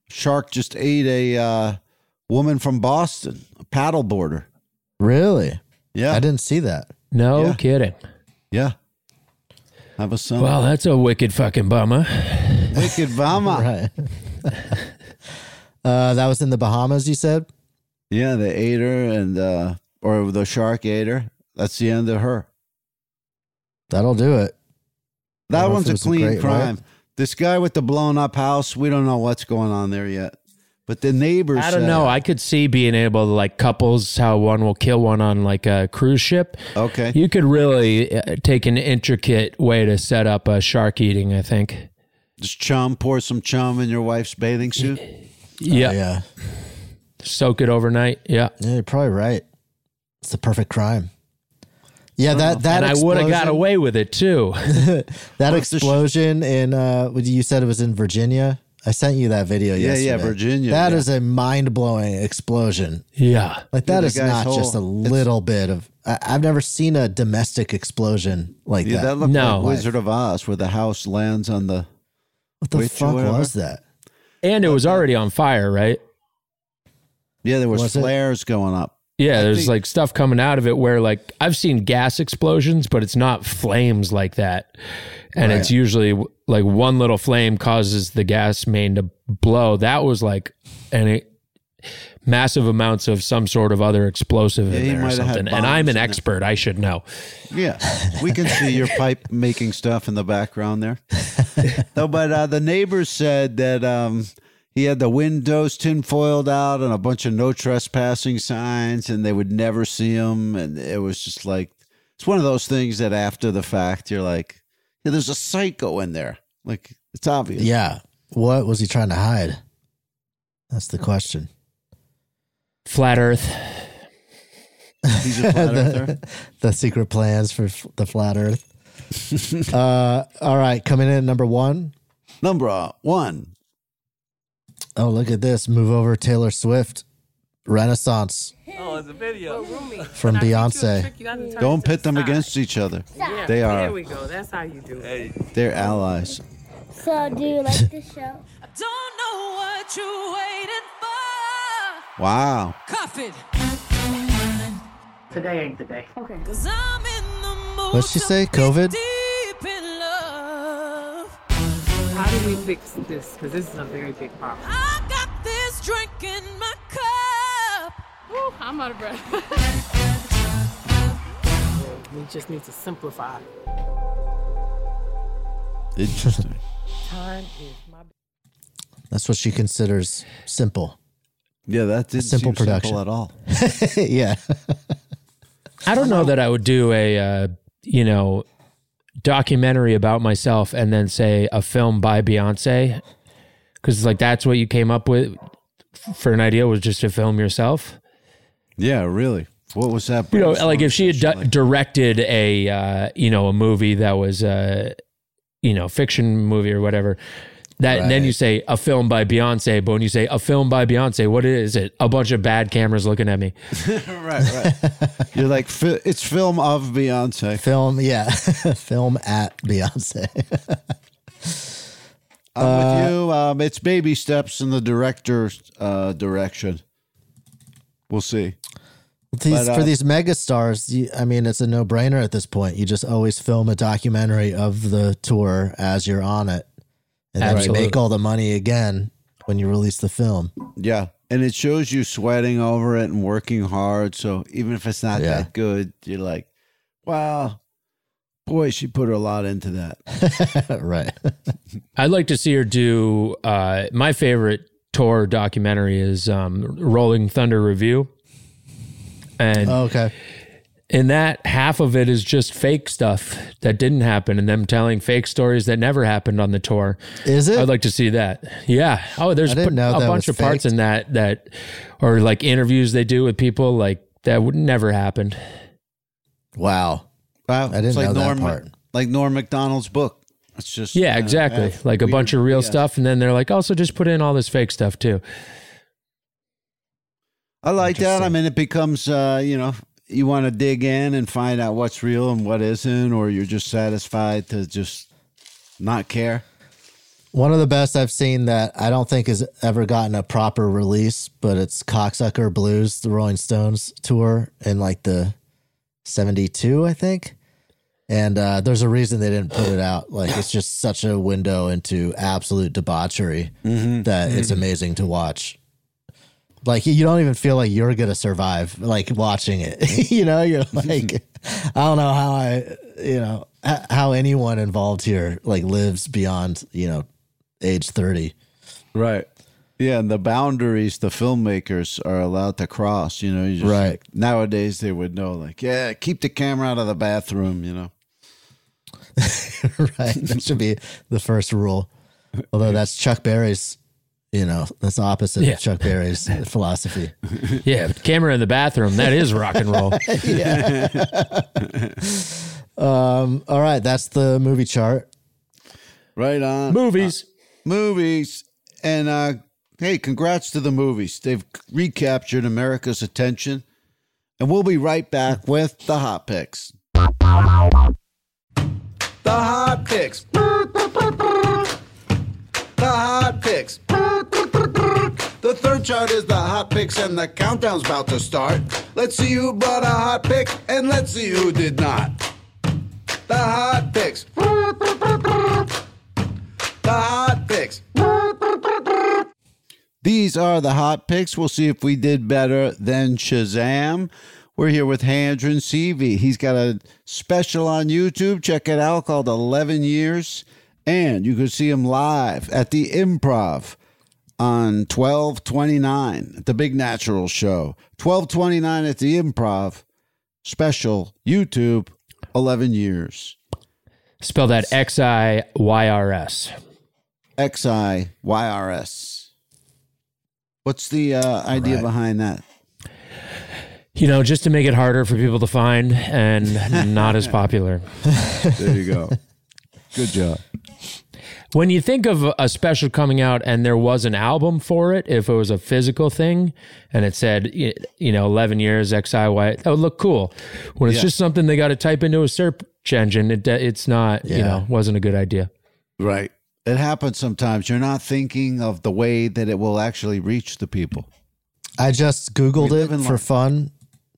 A: Shark just ate a uh, woman from Boston, a paddleboarder.
B: Really?
A: Yeah.
B: I didn't see that.
C: No kidding.
A: Yeah. Have a son.
C: Well, that's a wicked fucking bummer.
A: Wicked Vama.
B: Right. uh, that was in the Bahamas, you said?
A: Yeah, the ate her and uh or the shark ate her. That's the end of her.
B: That'll do it. I
A: That
B: don't know if
A: one's
B: it
A: a
B: was a
A: clean
B: great
A: crime.
B: rape.
A: This guy with the blown up house, we don't know what's going on there yet. But the neighbors
C: I don't
A: said-
C: know. I could see being able to like couples how one will kill one on like a cruise ship.
A: Okay.
C: You could really uh, take an intricate way to set up a shark eating, I think.
A: Just chum, pour some chum in your wife's bathing suit.
C: Yeah.
B: Oh, yeah.
C: Soak it overnight. Yeah.
B: Yeah, you're probably right. It's the perfect crime. Yeah, that that
C: and I would have got
B: explosion-
C: away with it too.
B: That
A: What's the sh-
B: explosion in uh what you said it was in Virginia. I sent you that video
A: Yeah, yeah,
B: yesterday.
A: Virginia,
B: That
A: yeah.
B: is a mind blowing explosion.
C: yeah.
B: Like
A: Yeah,
B: that
A: the
B: is
A: guy's
B: not just a
A: whole-
B: little bit of. I, I've never seen a domestic explosion like
A: Yeah,
B: that.
A: that looked
C: No.
A: like Wizard of Oz, where the house lands on the.
B: What the
A: witch or
B: fuck
A: whatever.
B: was that?
C: And it was already on fire, right?
A: Yeah, there was,
B: Was it?
A: flares going up.
C: Yeah,
A: I
C: there's
A: think-
C: like stuff coming out of it where like I've seen gas explosions, but it's not flames like that. And it's usually like one little flame causes the gas main to blow. That was like an it, massive amounts of some sort of other explosive
A: Yeah,
C: in
A: he
C: there or
A: might have had
C: something. And I'm
A: bombs in
C: an
A: it.
C: expert. I should know.
A: Yeah, we can see your pipe making stuff in the background there. no, but uh, the neighbors said that um, he had the windows tinfoiled out and a bunch of no trespassing signs, and they would never see him. And it was just like it's one of those things that after the fact you're like, yeah, there's a psycho in there. Like it's obvious.
B: Yeah. What was he trying to hide? That's the question.
C: Flat Earth.
A: he's a flat earther.
B: The secret plans for f- the flat Earth. uh, all right, coming in at number one.
A: Number uh, one.
B: Oh, look at this! Move over Taylor Swift, Renaissance
H: Oh, it's a video.
B: from Beyonce.
A: Don't pit them against each other. They
H: There
A: are
H: we go. That's how you do it.
A: they're allies.
N: So, do you like the show?
E: Don't know what you're waiting for.
A: Wow.
E: Cuff it.
H: Today ain't the day. Okay.
E: Cause I'm in the mood
B: What'd she
E: to
B: say?
E: be
B: COVID?
E: Deep in love.
H: How do we fix this? Because this is a very big problem.
E: I got this drink in my cup.
L: I'm out of breath.
H: We just need to simplify.
A: Interesting.
H: Time is my
B: That's what she considers simple.
A: Yeah, that didn't
B: Simple
A: seem
B: production.
A: simple at all.
B: yeah.
C: I don't know that I would do a uh, you know documentary about myself and then say a film by Beyonce because like that's what you came up with for an idea was just to film yourself.
A: Yeah, really. What was that?
C: You know, like if she had di- directed a uh, you know a movie that was a you know fiction movie or whatever. That and then you say a film by Beyonce, but when you say a film by Beyonce, what is it? A bunch of bad cameras looking at me.
A: right, right. You're like, fi- it's film of Beyonce.
B: Film, yeah. Film at Beyonce.
A: I'm
C: Uh,
A: with you. Um, it's baby steps in the director's uh, direction. We'll see.
B: these,
A: But, uh,
B: for these mega stars, you, I mean, it's a no brainer at this point. You just always film a documentary of the tour as you're on it. And then you
C: Absolutely.
B: make all the money again when you release the film.
A: Yeah, and it shows you sweating over it and working hard. So even if it's not
B: Yeah.
A: that good, you're like, wow, boy, she put a lot into that.
B: right.
C: I'd like to see her do uh, my favorite tour documentary is um, Rolling Thunder Review, and
B: Oh, okay.
C: in that half of it is just fake stuff that didn't happen, and them telling fake stories that never happened on the tour.
B: Is it?
C: I'd like to see that. Yeah. Oh, there's
B: I didn't
C: bu-
B: know
C: a
B: that
C: bunch
B: was
C: of parts
B: faked.
C: in that that or like interviews they do with people like that would never happened.
B: wow.
A: Wow,
B: I didn't
A: it's like
B: know that
A: Norm,
B: part.
A: Like Norm Macdonald's book. It's just uh, you
C: Yeah,
A: know,
C: exactly.
A: half
C: like a
A: weird
C: bunch of real
A: BS.
C: stuff, and then they're like, also just put in all this fake stuff too.
A: I like that. I
B: Interesting.
A: mean, it becomes, uh, you know, you want to dig in and find out what's real and what isn't, or you're just satisfied to just not care.
B: One of the best I've seen that I don't think has ever gotten a proper release, but it's Cocksucker Blues, the Rolling Stones tour, and like the 72, I think. And uh, there's a reason they didn't put it out. Like it's just such a window into absolute debauchery that it's
O: Mhm.
B: amazing to watch. Like you don't even feel like you're gonna survive. Like watching it, you know, you're like, I don't know how I, you know, h- how anyone involved here like lives beyond you know age thirty.
A: Right. Yeah, and the boundaries the filmmakers are allowed to cross, you know. You just,
B: Right.
A: like, nowadays, they would know, like, yeah, keep the camera out of the bathroom, you know.
B: right? That should be the first rule. Although that's Chuck Berry's, you know, that's the opposite
C: Yeah.
B: of Chuck Berry's philosophy.
C: Yeah, camera in the bathroom. That is rock and roll.
B: yeah. um, all right, that's the movie chart.
A: Right on.
C: Movies.
A: movies. And uh, hey, congrats to the movies. They've recaptured America's attention. And we'll be right back with the hot picks.
H: The hot picks.
D: The hot picks. The third chart is the hot picks, and the countdown's about to start. Let's see who brought a hot pick, and let's see who did not. The hot picks. The hot picks.
A: These are the hot picks. We'll see if we did better than Shazam. We're here with Handron CV. He's got a special on YouTube. Check it out called 11 Years. And you can see him live at the improv on 1229 at the Big Natural Show. 1229 at the improv special YouTube 11 Years.
C: Spell that X I Y R S.
A: X I Y R S. What's the uh, idea
C: right.
A: behind that?
C: You know, just to make it harder for people to find and not as popular.
A: There you go. Good job.
C: When you think of a special coming out and there was an album for it, if it was a physical thing and it said, y- you know, 11 years, XIY, that would look cool. When it's
A: Yeah.
C: just something they got to type into a search engine, it, it's not, you
A: Yeah.
C: know, wasn't a good idea.
A: Right. It happens sometimes. You're not thinking of the way that it will actually reach the people.
B: I just Googled
A: We live
B: it
A: in
B: for
A: life.
B: fun,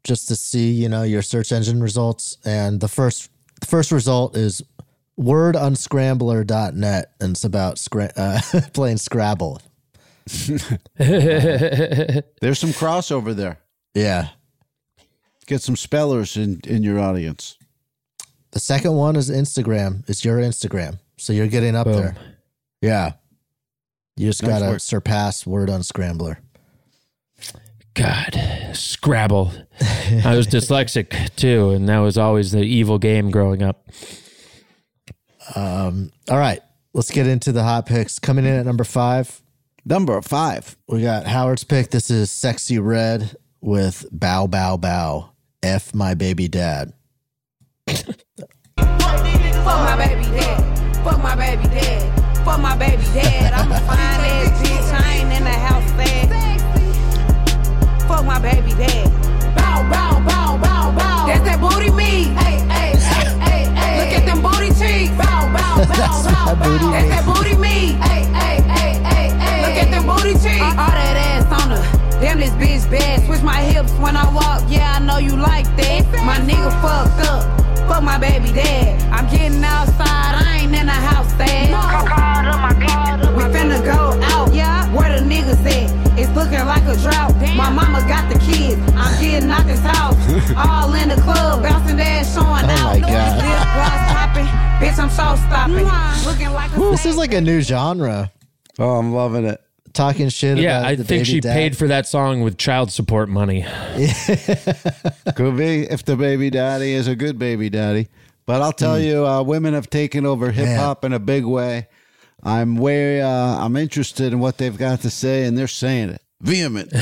B: just to see, you know, your search engine results. And the first the first result is wordunscrambler.net and it's about scra- uh, playing Scrabble.
A: There's some crossover there.
B: Yeah.
A: Get some spellers in, in your audience.
B: The second one is Instagram. It's your Instagram. So you're getting up
C: Boom.
B: there. Yeah. You just
C: Nice
B: got to
C: work.
B: surpass Word on Scrambler.
C: God, Scrabble. I was dyslexic too, and that was always the evil game growing up.
B: Um, all right. Let's get into the hot picks. Coming in at number five.
A: Number five.
B: We got Howard's pick. This is Sexy Red with Bow Bow Bow. F my baby dad.
P: Fuck my baby dad. Fuck my baby dad. Fuck my baby dad. I'm a fine ass bitch. I ain't in the house fast. Fuck my baby dad. Bow, bow, bow, bow, bow. That's that booty meat. Hey, hey, hey, hey, hey. Look at them booty cheeks. Bow, bow, bow, bow.
H: That booty
P: That's that booty meat. Hey, hey, hey, hey, hey. Look at them booty cheeks. Uh, All that ass on her. Damn, this bitch bad. Switch my hips when I walk. Yeah, I know you like that. My nigga fucked up. Fuck my baby dad. I'm getting outside. I ain't in the house sad. We finna go out. Yeah. Where the niggas at? It's looking like a drought. My mama got the kids. I'm getting out this house. All in the club. Bouncing ass showing
B: Oh
P: out.
B: my God.
P: Lip gloss popping. Bitch, I'm so stopping. Looking like a
B: This is like a new genre.
A: Oh, I'm loving it.
B: Talking shit
C: Yeah,
B: about
C: I
B: the
C: think
B: baby
C: she
B: dad.
C: paid for that song with child support money.
A: Could be if the baby daddy is a good baby daddy. But I'll
B: Hmm.
A: tell you, uh, women have taken over hip hop in a big way. I'm way, uh, I'm interested in what they've got to say, and they're saying it vehement.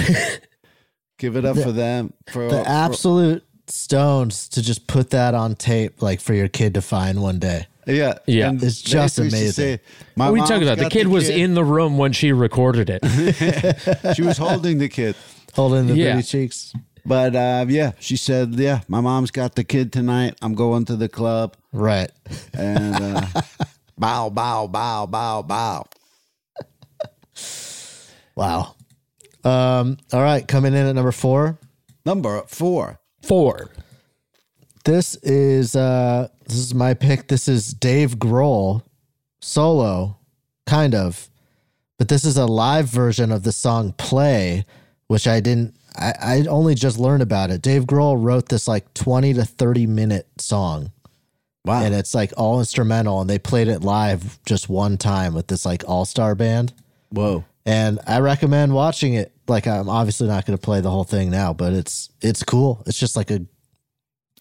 A: Give it up for them. For
B: the
A: for-
B: absolute stones to just put that on tape like for your kid to find one day
A: yeah,
C: Yeah.
A: And
B: It's just
A: they used to
B: amazing.
A: "My
C: what are you
A: mom's
C: talking about? The
A: got
C: kid was in the room when she recorded it.
A: she was holding the kid,
B: holding the
C: Yeah.
B: booty cheeks
A: but uh, yeah, she said, "Yeah, my mom's got the kid tonight. I'm going to the club."
B: right
A: And uh, bow, bow, bow, bow, bow.
B: wow um all right coming in at number four
A: Number four.
C: Four.
B: This is uh this is my pick. This is Dave Grohl solo, kind of. But this is a live version of the song Play, which I didn't I, I only just learned about it. Dave Grohl wrote this like 20 to 30 minute song. Wow. And it's like all instrumental and they played it live just one time with this like all-star band.
A: Whoa.
B: And I recommend watching it. Like I'm obviously not going to play the whole thing now, but it's it's cool. It's just like a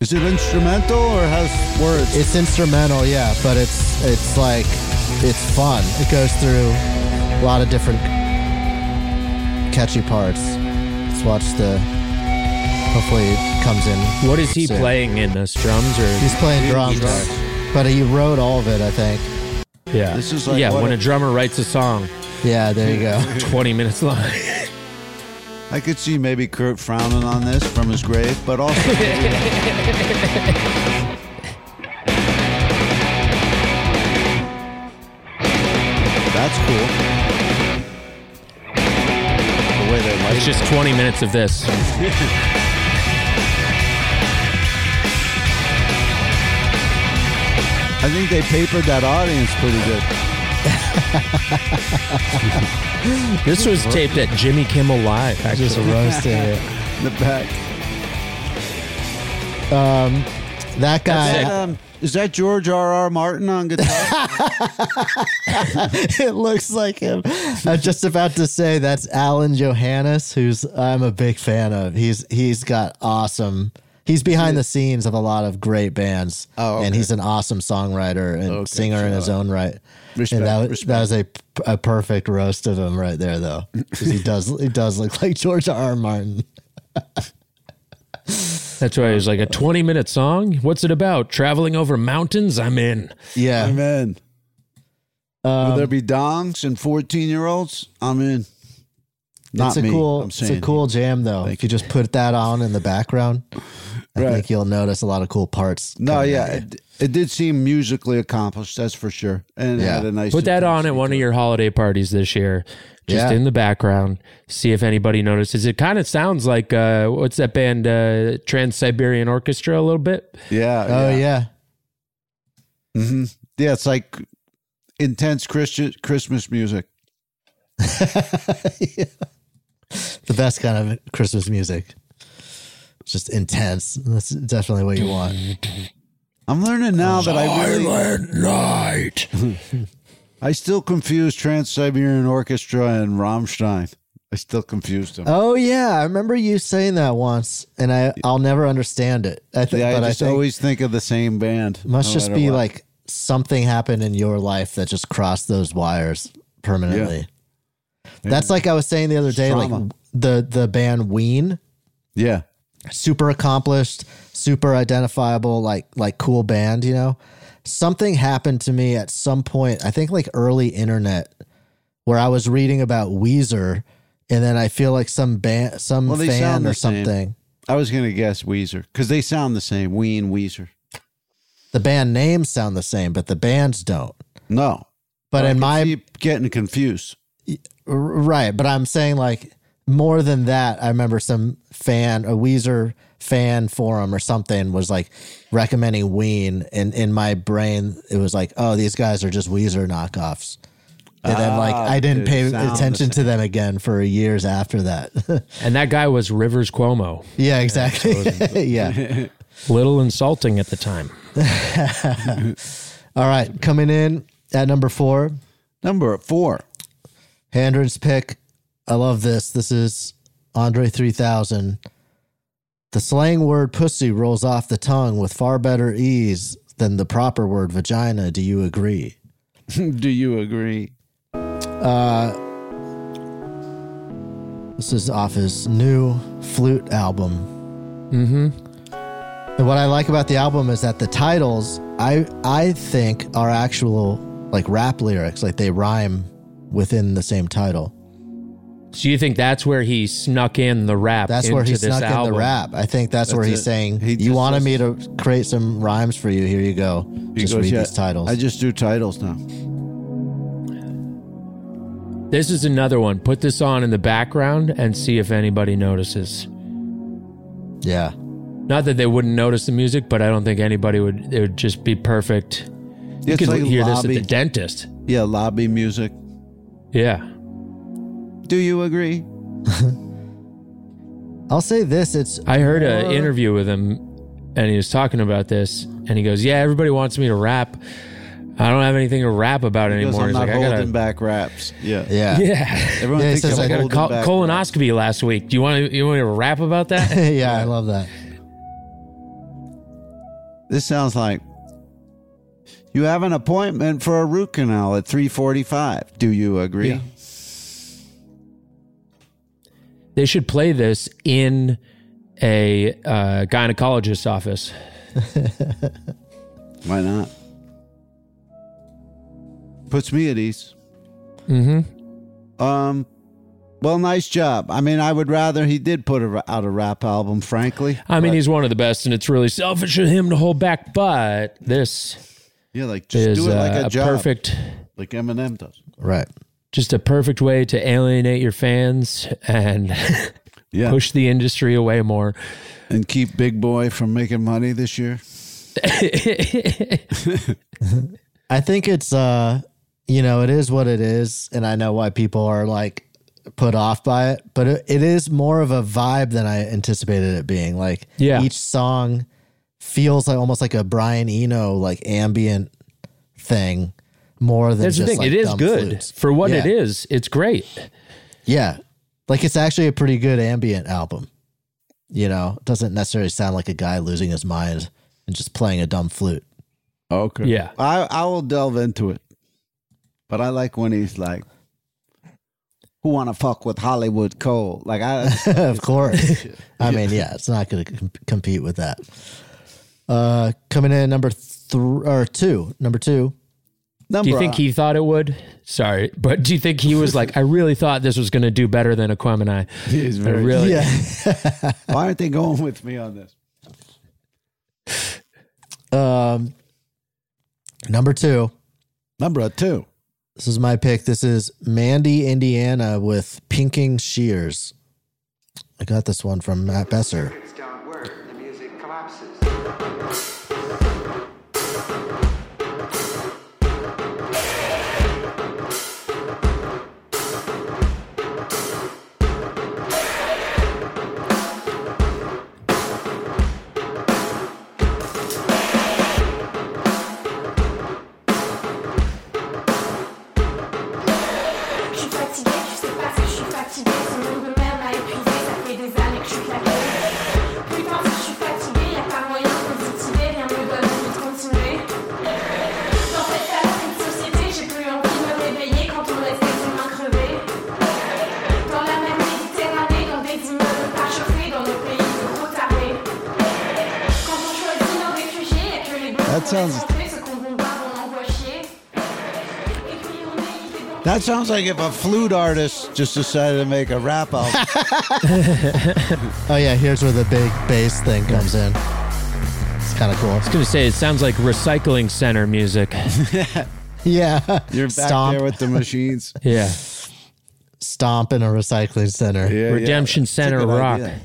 A: Is it instrumental or has words?
B: it's instrumental, yeah, but it's it's like it's fun. It goes through a lot of different catchy parts. Let's watch the. Hopefully, it comes in.
C: What is he
B: soon.
C: playing in this? Drums or
B: He's playing drums, but he wrote all of it, I think.
C: Yeah,
A: This is like
C: yeah.
A: what
C: When
A: a-
C: a drummer writes a song,
B: Yeah, there you go.
C: twenty minutes long.
A: I could see maybe Kurt frowning on this from his grave, but also that's cool. The way they
C: It's
A: light
C: just twenty minutes of this.
A: I think they papered that audience pretty good.
C: This was taped at Jimmy Kimmel Live.
B: Just
C: Actually,
B: roasting it.
A: In the back.
B: Um, that guy.
A: Um, is that George R. R. Martin on guitar?
B: it looks like him. I'm just about to say that's Alan Johannes, who's I'm a big fan of. He's he's got awesome. He's behind the scenes of a lot of great bands,
A: Oh, okay.
B: and he's an awesome songwriter and
A: Okay,
B: singer in
A: sure.
B: his own right.
A: Respect,
B: and that was,
A: respect.
B: that was a, a perfect roast of him right there, though, 'cause he does he does look like George R. R. Martin.
C: that's why it was like a twenty-minute song. What's it about? Traveling over mountains. I'm in.
B: Yeah,
A: I'm in. Will
B: Um,
A: there be dongs and 14 year olds? I'm in. Not
B: it's a
A: me.
B: cool,
A: I'm
B: it's a
A: saying
B: cool jam though. if you just put that on in the background, I
A: Right.
B: think you'll notice a lot of cool parts.
A: No,
B: coming
A: yeah,
B: out.
A: it, it did seem musically accomplished. That's for sure. And it
B: Yeah.
A: had a nice.
C: Put that on at one of your holiday parties this year. Just
B: Yeah.
C: in the background, see if anybody notices. It kind of sounds like uh, what's that band, uh, Trans Siberian Orchestra, a little bit.
A: Yeah.
B: Oh yeah.
A: hmm Yeah, it's like intense Christian Christmas music.
B: the best kind of Christmas music. It's just intense. That's definitely what you want.
A: I'm learning now that I really,
C: night.
A: I still confuse Trans Siberian Orchestra and Rammstein. I still confuse them.
B: Oh yeah, I remember you saying that once, and I I'll never understand it. I think,
A: yeah,
B: but
A: I
B: I
A: just
B: think
A: always think of the same band.
B: it must
A: no
B: just
A: matter
B: be
A: what.
B: like something happened in your life that just crossed those wires permanently. That's like I was saying the other day,
A: Trauma.
B: like the the band Ween,
A: yeah,
B: super accomplished, super identifiable, like like cool band, you know. Something happened to me at some point, I think like early internet, where I was reading about Weezer and then I feel like some band some
A: Well, they
B: fan
A: sound
B: or
A: the same.
B: something.
A: I was gonna guess Weezer because they sound the same. Ween Weezer.
B: The band names sound the same, but the bands don't.
A: No,
B: But
A: I
B: in
A: can
B: my
A: see getting confused.
B: R- Right, but I'm saying like more than that. I remember some fan, a Weezer fan forum or something, was like recommending Ween, and in my brain it was like, oh, these guys are just Weezer knockoffs. And then like
A: Ah,
B: I didn't
A: they
B: pay
A: sound the
B: attention to them again for years after that.
C: And that guy was Rivers Cuomo.
B: yeah, exactly. yeah.
C: Little insulting at the time.
B: All right, coming in at number four,
A: Number four.
B: Handren's pick. I love this. This is Andre 3000. The slang word pussy rolls off the tongue with far better ease than the proper word vagina. Do you agree?
A: Do you agree?
B: This is off his new flute album. Mm-hmm. And what I like about the album is that the titles I I think are actual like rap lyrics, like they rhyme within the same title.
C: So you think that's where he snuck in the rap?
B: That's
C: into
B: where he
C: this
B: snuck
C: album.
B: in the rap. I think that's, where
A: That's
B: he's
A: it.
B: saying,
A: He
B: "You
A: just
B: wanted me to create some rhymes for you. Here you go.
A: He
B: just
A: goes,
B: read
A: "Yeah,
B: these titles."
A: I just do titles now.
C: This is another one. Put this on in the background and see if anybody notices.
B: yeah,
C: Not that they wouldn't notice the music, but I don't think anybody would. It would just be perfect. You
A: It's
C: could
A: like
C: hear this at
A: lobby-
C: the dentist.
A: Yeah, lobby music.
C: Yeah.
A: Do you agree?
B: I'll say this: it's
C: I heard an
B: more-
C: interview with him, and he was talking about this, and he goes, "Yeah, everybody wants me to rap. I don't have anything to rap about
A: Because
C: anymore."
A: I'm
C: He's
A: not
C: like, I
A: holding
C: gotta,
A: back raps. Yeah.
B: Yeah.
C: Yeah.
A: Everyone
B: Yeah, he
A: thinks
B: says,
A: I'm
C: I got a
A: holding
C: col-
A: back
C: colonoscopy last week. Do you want to, you want me to rap about that?
B: yeah, I love that.
A: This sounds like you have an appointment for a root canal at 345. Do you agree?
C: Yeah. they should play this in a uh, gynecologist's office.
A: Why not? Puts me at ease.
C: Mm-hmm.
A: Um, well, nice job. I mean, I would rather he did put a, out a rap album, frankly.
C: I mean,
A: but-
C: he's one of the best, and it's really selfish of him to hold back. But this
A: yeah, like just
C: is
A: do it like
C: uh,
A: a,
C: a
A: job,
C: perfect,
A: like Eminem does.
B: Right.
C: just a perfect way to alienate your fans and
A: Yeah,
C: push the industry away more.
A: and keep Big Boy from making money this year.
B: I think it's uh you know it is what it is and I know why people are like put off by it but it, it is more of a vibe than I anticipated it being like
C: Yeah.
B: each song feels like almost like a Brian Eno like ambient thing more than
C: That's the
B: just
C: thing;
B: like
C: it is
B: dumb
C: good
B: flutes.
C: for what
B: Yeah.
C: it is. It's great.
B: Yeah. Like it's actually a pretty good ambient album. You know, it doesn't necessarily sound like a guy losing his mind and just playing a dumb flute.
A: Okay.
C: Yeah.
A: I, I will delve into it. But I like when he's like, who want to fuck with Hollywood Cole? Like, I,
B: of course. I mean, yeah, it's not going to com- compete with that. Uh, coming in at number three or two, number two.
A: number
C: do you think he thought it would? Sorry, but do you think he was like, I really thought this was going to do better than Aquemini?
A: He's
C: I
A: very-
C: really,
B: Yeah,
A: why aren't they going with me on this?
B: um, number two.
A: Number two.
B: This is my pick. This is Mandy, Indiana, with Pinking Shears. I got this one from Matt Besser.
M: Je suis fatiguée, je sais pas si je suis fatiguée. Ce monde de merde m'a épuisé, ça fait des années que je suis claquée. Putain, si je suis fatiguée, y'a pas moyen de positiver, rien me donne envie de continuer. Dans cette saloperie de société, j'ai plus envie de me réveiller quand on laisse les humains crever. Dans la mer Méditerranée, dans des immeubles pas chauffés, dans nos pays de gros tarés. Quand on choisit nos réfugiés, et que les bleus
A: That
M: sont
A: sounds-
M: santé, ce qu'on bombarde, on envoie chier. Et puis on est idées dans
A: That sounds like if a flute artist just decided to make a rap album.
B: Oh yeah, here's where the big bass thing comes in. It's kind of cool.
C: I was going to say, it sounds like recycling center music.
B: Yeah,
A: You're back
B: stomp,
A: there with the machines.
C: Yeah.
B: stomp in a recycling center.
A: Yeah, yeah.
C: Redemption
A: That's a
C: Center
A: good
C: rock.
A: idea.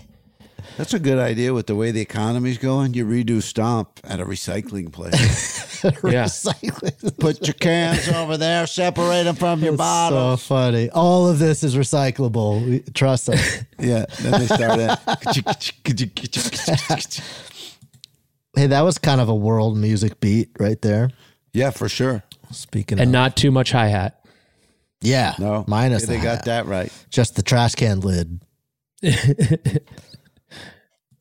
A: That's a good idea with the way the economy's going. You redo stomp at a recycling place.
C: Yeah.
B: recycling.
A: Put your cans over there, separate them from your
B: It's
A: bottle.
B: so funny. All of this is recyclable. We- Trust us.
A: Yeah, then they started.
B: hey, that was kind of a world music beat right there.
A: yeah, for sure.
B: Speaking
C: And
B: of,
C: not too much hi hat.
B: yeah,
A: No,
B: minus
A: they
B: the
A: got
B: hat.
A: that right.
B: just the trash can lid.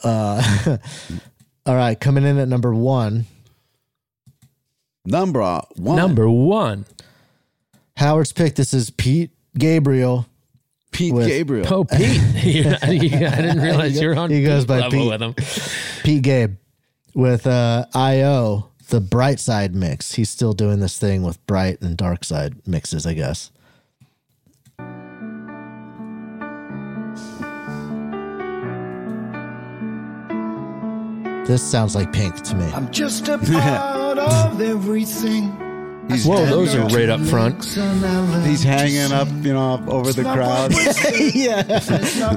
B: uh, all right, coming in at number one,
A: Number one,
C: Number one.
B: Howard's pick. This is Pete Gabriel.
A: Pete
B: with-
A: Gabriel.
C: Oh, Pete. You're not- you- I didn't realize you're on
B: He goes
C: Pete
B: by
C: level
B: Pete.
C: with him.
B: Pete Gabe with uh, IO, the Bright Side mix. He's still doing this thing with Bright and Dark Side mixes, I guess. This sounds like pink to me.
D: I'm just a part of everything.
A: He's
C: Whoa, those are right up front.
A: He's hanging up, you know, up over the crowd.
B: yeah.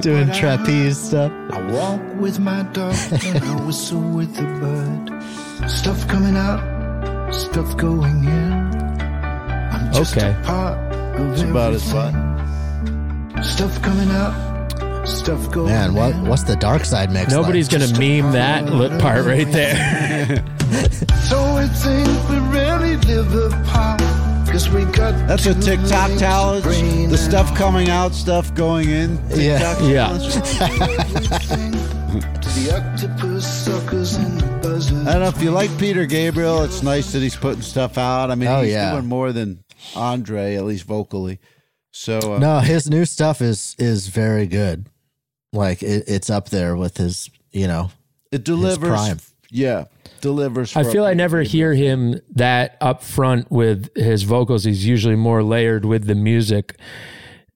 B: Doing trapeze stuff.
D: I walk with my dog and I whistle with the bird. Stuff coming out, stuff going in. I'm just
C: Okay.
D: a part of
A: It's about as
D: everything. Stuff coming out, stuff going
B: Man,
D: in.
B: what what's the dark side mix?
C: Nobody's
B: like?
C: gonna meme that lit part right there.
D: So it seems we really live apart. Cause we got
A: That's a TikTok challenge. The stuff coming out, stuff going in.
B: Yeah.
A: TikTok
C: Yeah.
D: the octopus suckers and the buzzards.
A: I don't know if you like Peter Gabriel. It's nice that he's putting stuff out. I mean,
B: Oh,
A: he's
B: yeah.
A: doing more than Andre, at least vocally. So uh,
B: No, his new stuff is is very good. Like it, it's up there with his, you know,
A: it
B: His prime.
A: delivers. Yeah, delivers.
C: I
A: for-
C: feel I never hear him that up front with his vocals. He's usually more layered with the music.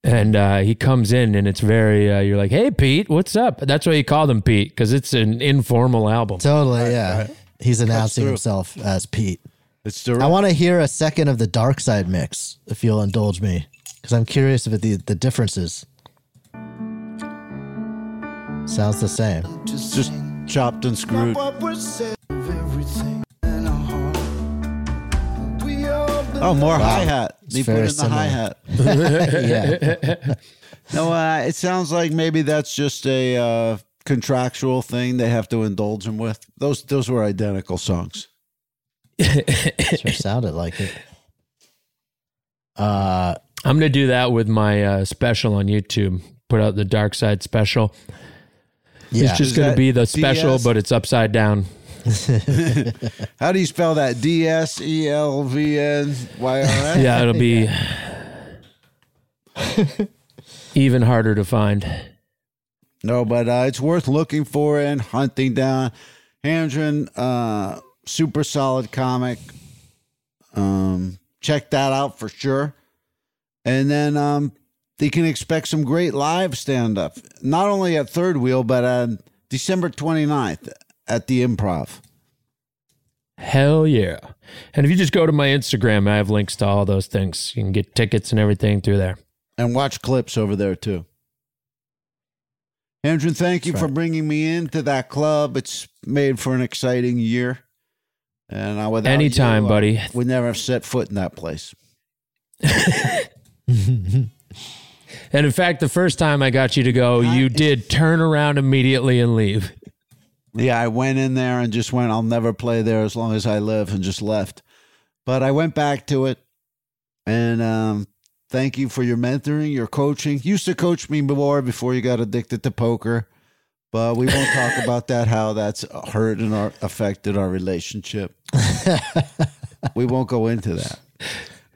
C: And uh, he comes in and it's very, uh, you're like, hey, Pete, what's up? That's why you call him Pete, because it's an informal album.
B: totally. yeah, he's announcing
A: through.
B: himself as Pete.
A: It's direct.
B: I want to hear a second of the dark side mix, if you'll indulge me, because I'm curious about the the differences. Sounds the same.
A: It's just chopped and screwed.
D: What we're saying of everything in our heart. We all
A: Oh, more
B: Wow.
A: hi hat.
B: It's
A: He put
B: very
A: in the
B: similar.
A: hi hat.
B: yeah,
A: No, uh, it sounds like maybe that's just a uh, contractual thing they have to indulge him with. Those those were identical songs.
B: sure sounded like it. Uh,
C: I'm going to do that with my uh, special on YouTube, put out the Dark Side special.
B: yeah,
C: It's just
A: Is
C: going to
A: that
C: be the special,
A: DS?
C: but it's upside down.
A: How do you spell that? D S E L V N Y R N.
C: Yeah, it'll be even harder to find.
A: No, but uh, it's worth looking for and hunting down. Handren, uh, super solid comic. Um, check that out for sure. And then um, they can expect some great live stand up, not only at Third Wheel, but on December 29th at the Improv.
C: Hell yeah. And if you just go to my Instagram, I have links to all those things. You can get tickets and everything through there.
A: And watch clips over there too. Andrew, thank you
B: That's
A: for
B: right.
A: bringing me into that club. It's made for an exciting year. And I without
C: Anytime,
A: you, I
C: buddy.
A: would never have set foot in that place.
C: And in fact, the first time I got you to go, you did turn around immediately and leave.
A: Yeah, I went in there and just went, I'll never play there as long as I live, and just left. But I went back to it. And um, thank you for your mentoring, your coaching. You used to coach me more before you got addicted to poker. But we won't talk about that, how that's hurt and our, affected our relationship. we won't go into that.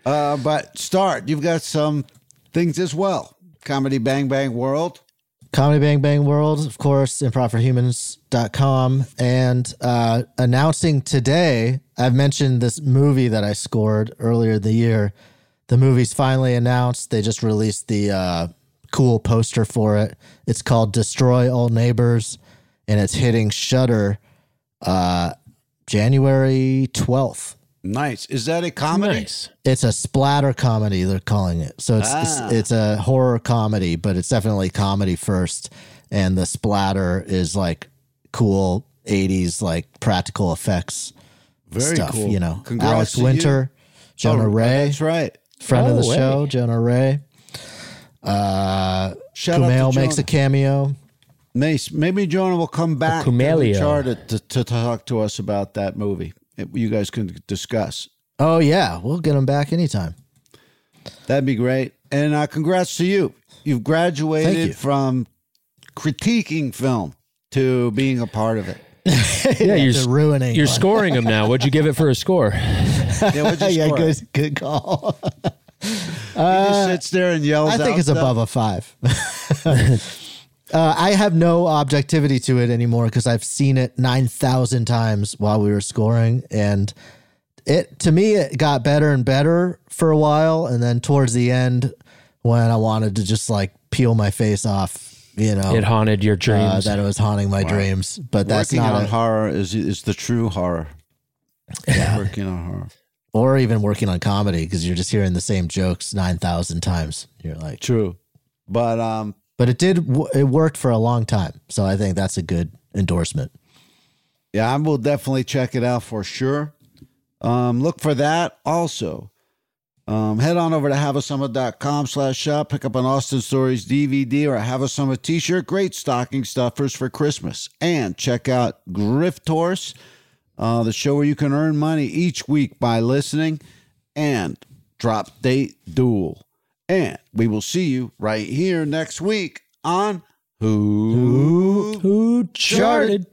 A: Uh, but start, you've got some things as well. Comedy Bang Bang World.
B: Comedy Bang Bang World, of course, improvforhumans.com. And uh, announcing today, I've mentioned this movie that I scored earlier in the year. The movie's finally announced. They just released the uh, cool poster for it. It's called Destroy All Neighbors, and it's hitting Shutter uh, January 12th.
A: Nice. Is that a comedy?
C: Nice.
B: It's a splatter comedy, they're calling it. So it's,
A: Ah.
B: it's it's a horror comedy, but it's definitely comedy first. And the splatter is like cool '80s like practical effects
A: Very
B: stuff.
A: cool.
B: You know,
A: Congrats
B: Alex
A: to you.
B: Winter, Jonah
A: Oh,
B: Ray,
A: That's right.
B: friend of the
C: Oh, hey.
B: show, Jonah Ray. Uh,
A: Shout out
B: Kumail
A: to
B: makes a
A: Jonah.
B: cameo.
A: Nice. Maybe Jonah will come back
C: Kumailio.
A: to Uncharted to, to talk to us about that movie. It- You guys can discuss.
B: Oh yeah, we'll get him back anytime.
A: That'd be great. And uh, congrats to you. You've graduated
B: Thank you.
A: from critiquing film to being a part of it.
C: Yeah, you're,
B: They're ruining.
C: you're
B: one.
C: scoring them now. What'd you give it for a score?
A: Yeah, what'd you
B: yeah,
A: score?
B: good, good call.
A: he just sits there and yells.
B: I think
A: out
B: it's
A: stuff.
B: above a five. uh, I have no objectivity to it anymore because I've seen it nine thousand times while we were scoring, and it to me it got better and better for a while, and then towards the end, when I wanted to just like peel my face off, you know,
C: It haunted
B: Oh.
C: your
B: uh,
C: dreams.
B: that it was haunting my dreams. But that's
A: Working
B: not
A: on
B: a,
A: horror is is the true horror. Yeah. Working on horror.
B: or even working on comedy because you're just hearing the same jokes 9,000 times. You're like,
A: true. But, um,
B: but it did, w- it worked for a long time. So I think that's a good endorsement.
A: Yeah, I will definitely check it out for sure. Um, look for that also. Um, head on over to haveasummit.com slash shop. Pick up an Austin Stories DVD or a Have a Summit t-shirt. Great stocking stuffers for Christmas. And check out Grift Horse, uh, the show where you can earn money each week by listening. And Drop Date Duel. And we will see you right here next week on Who,
C: Who Charted.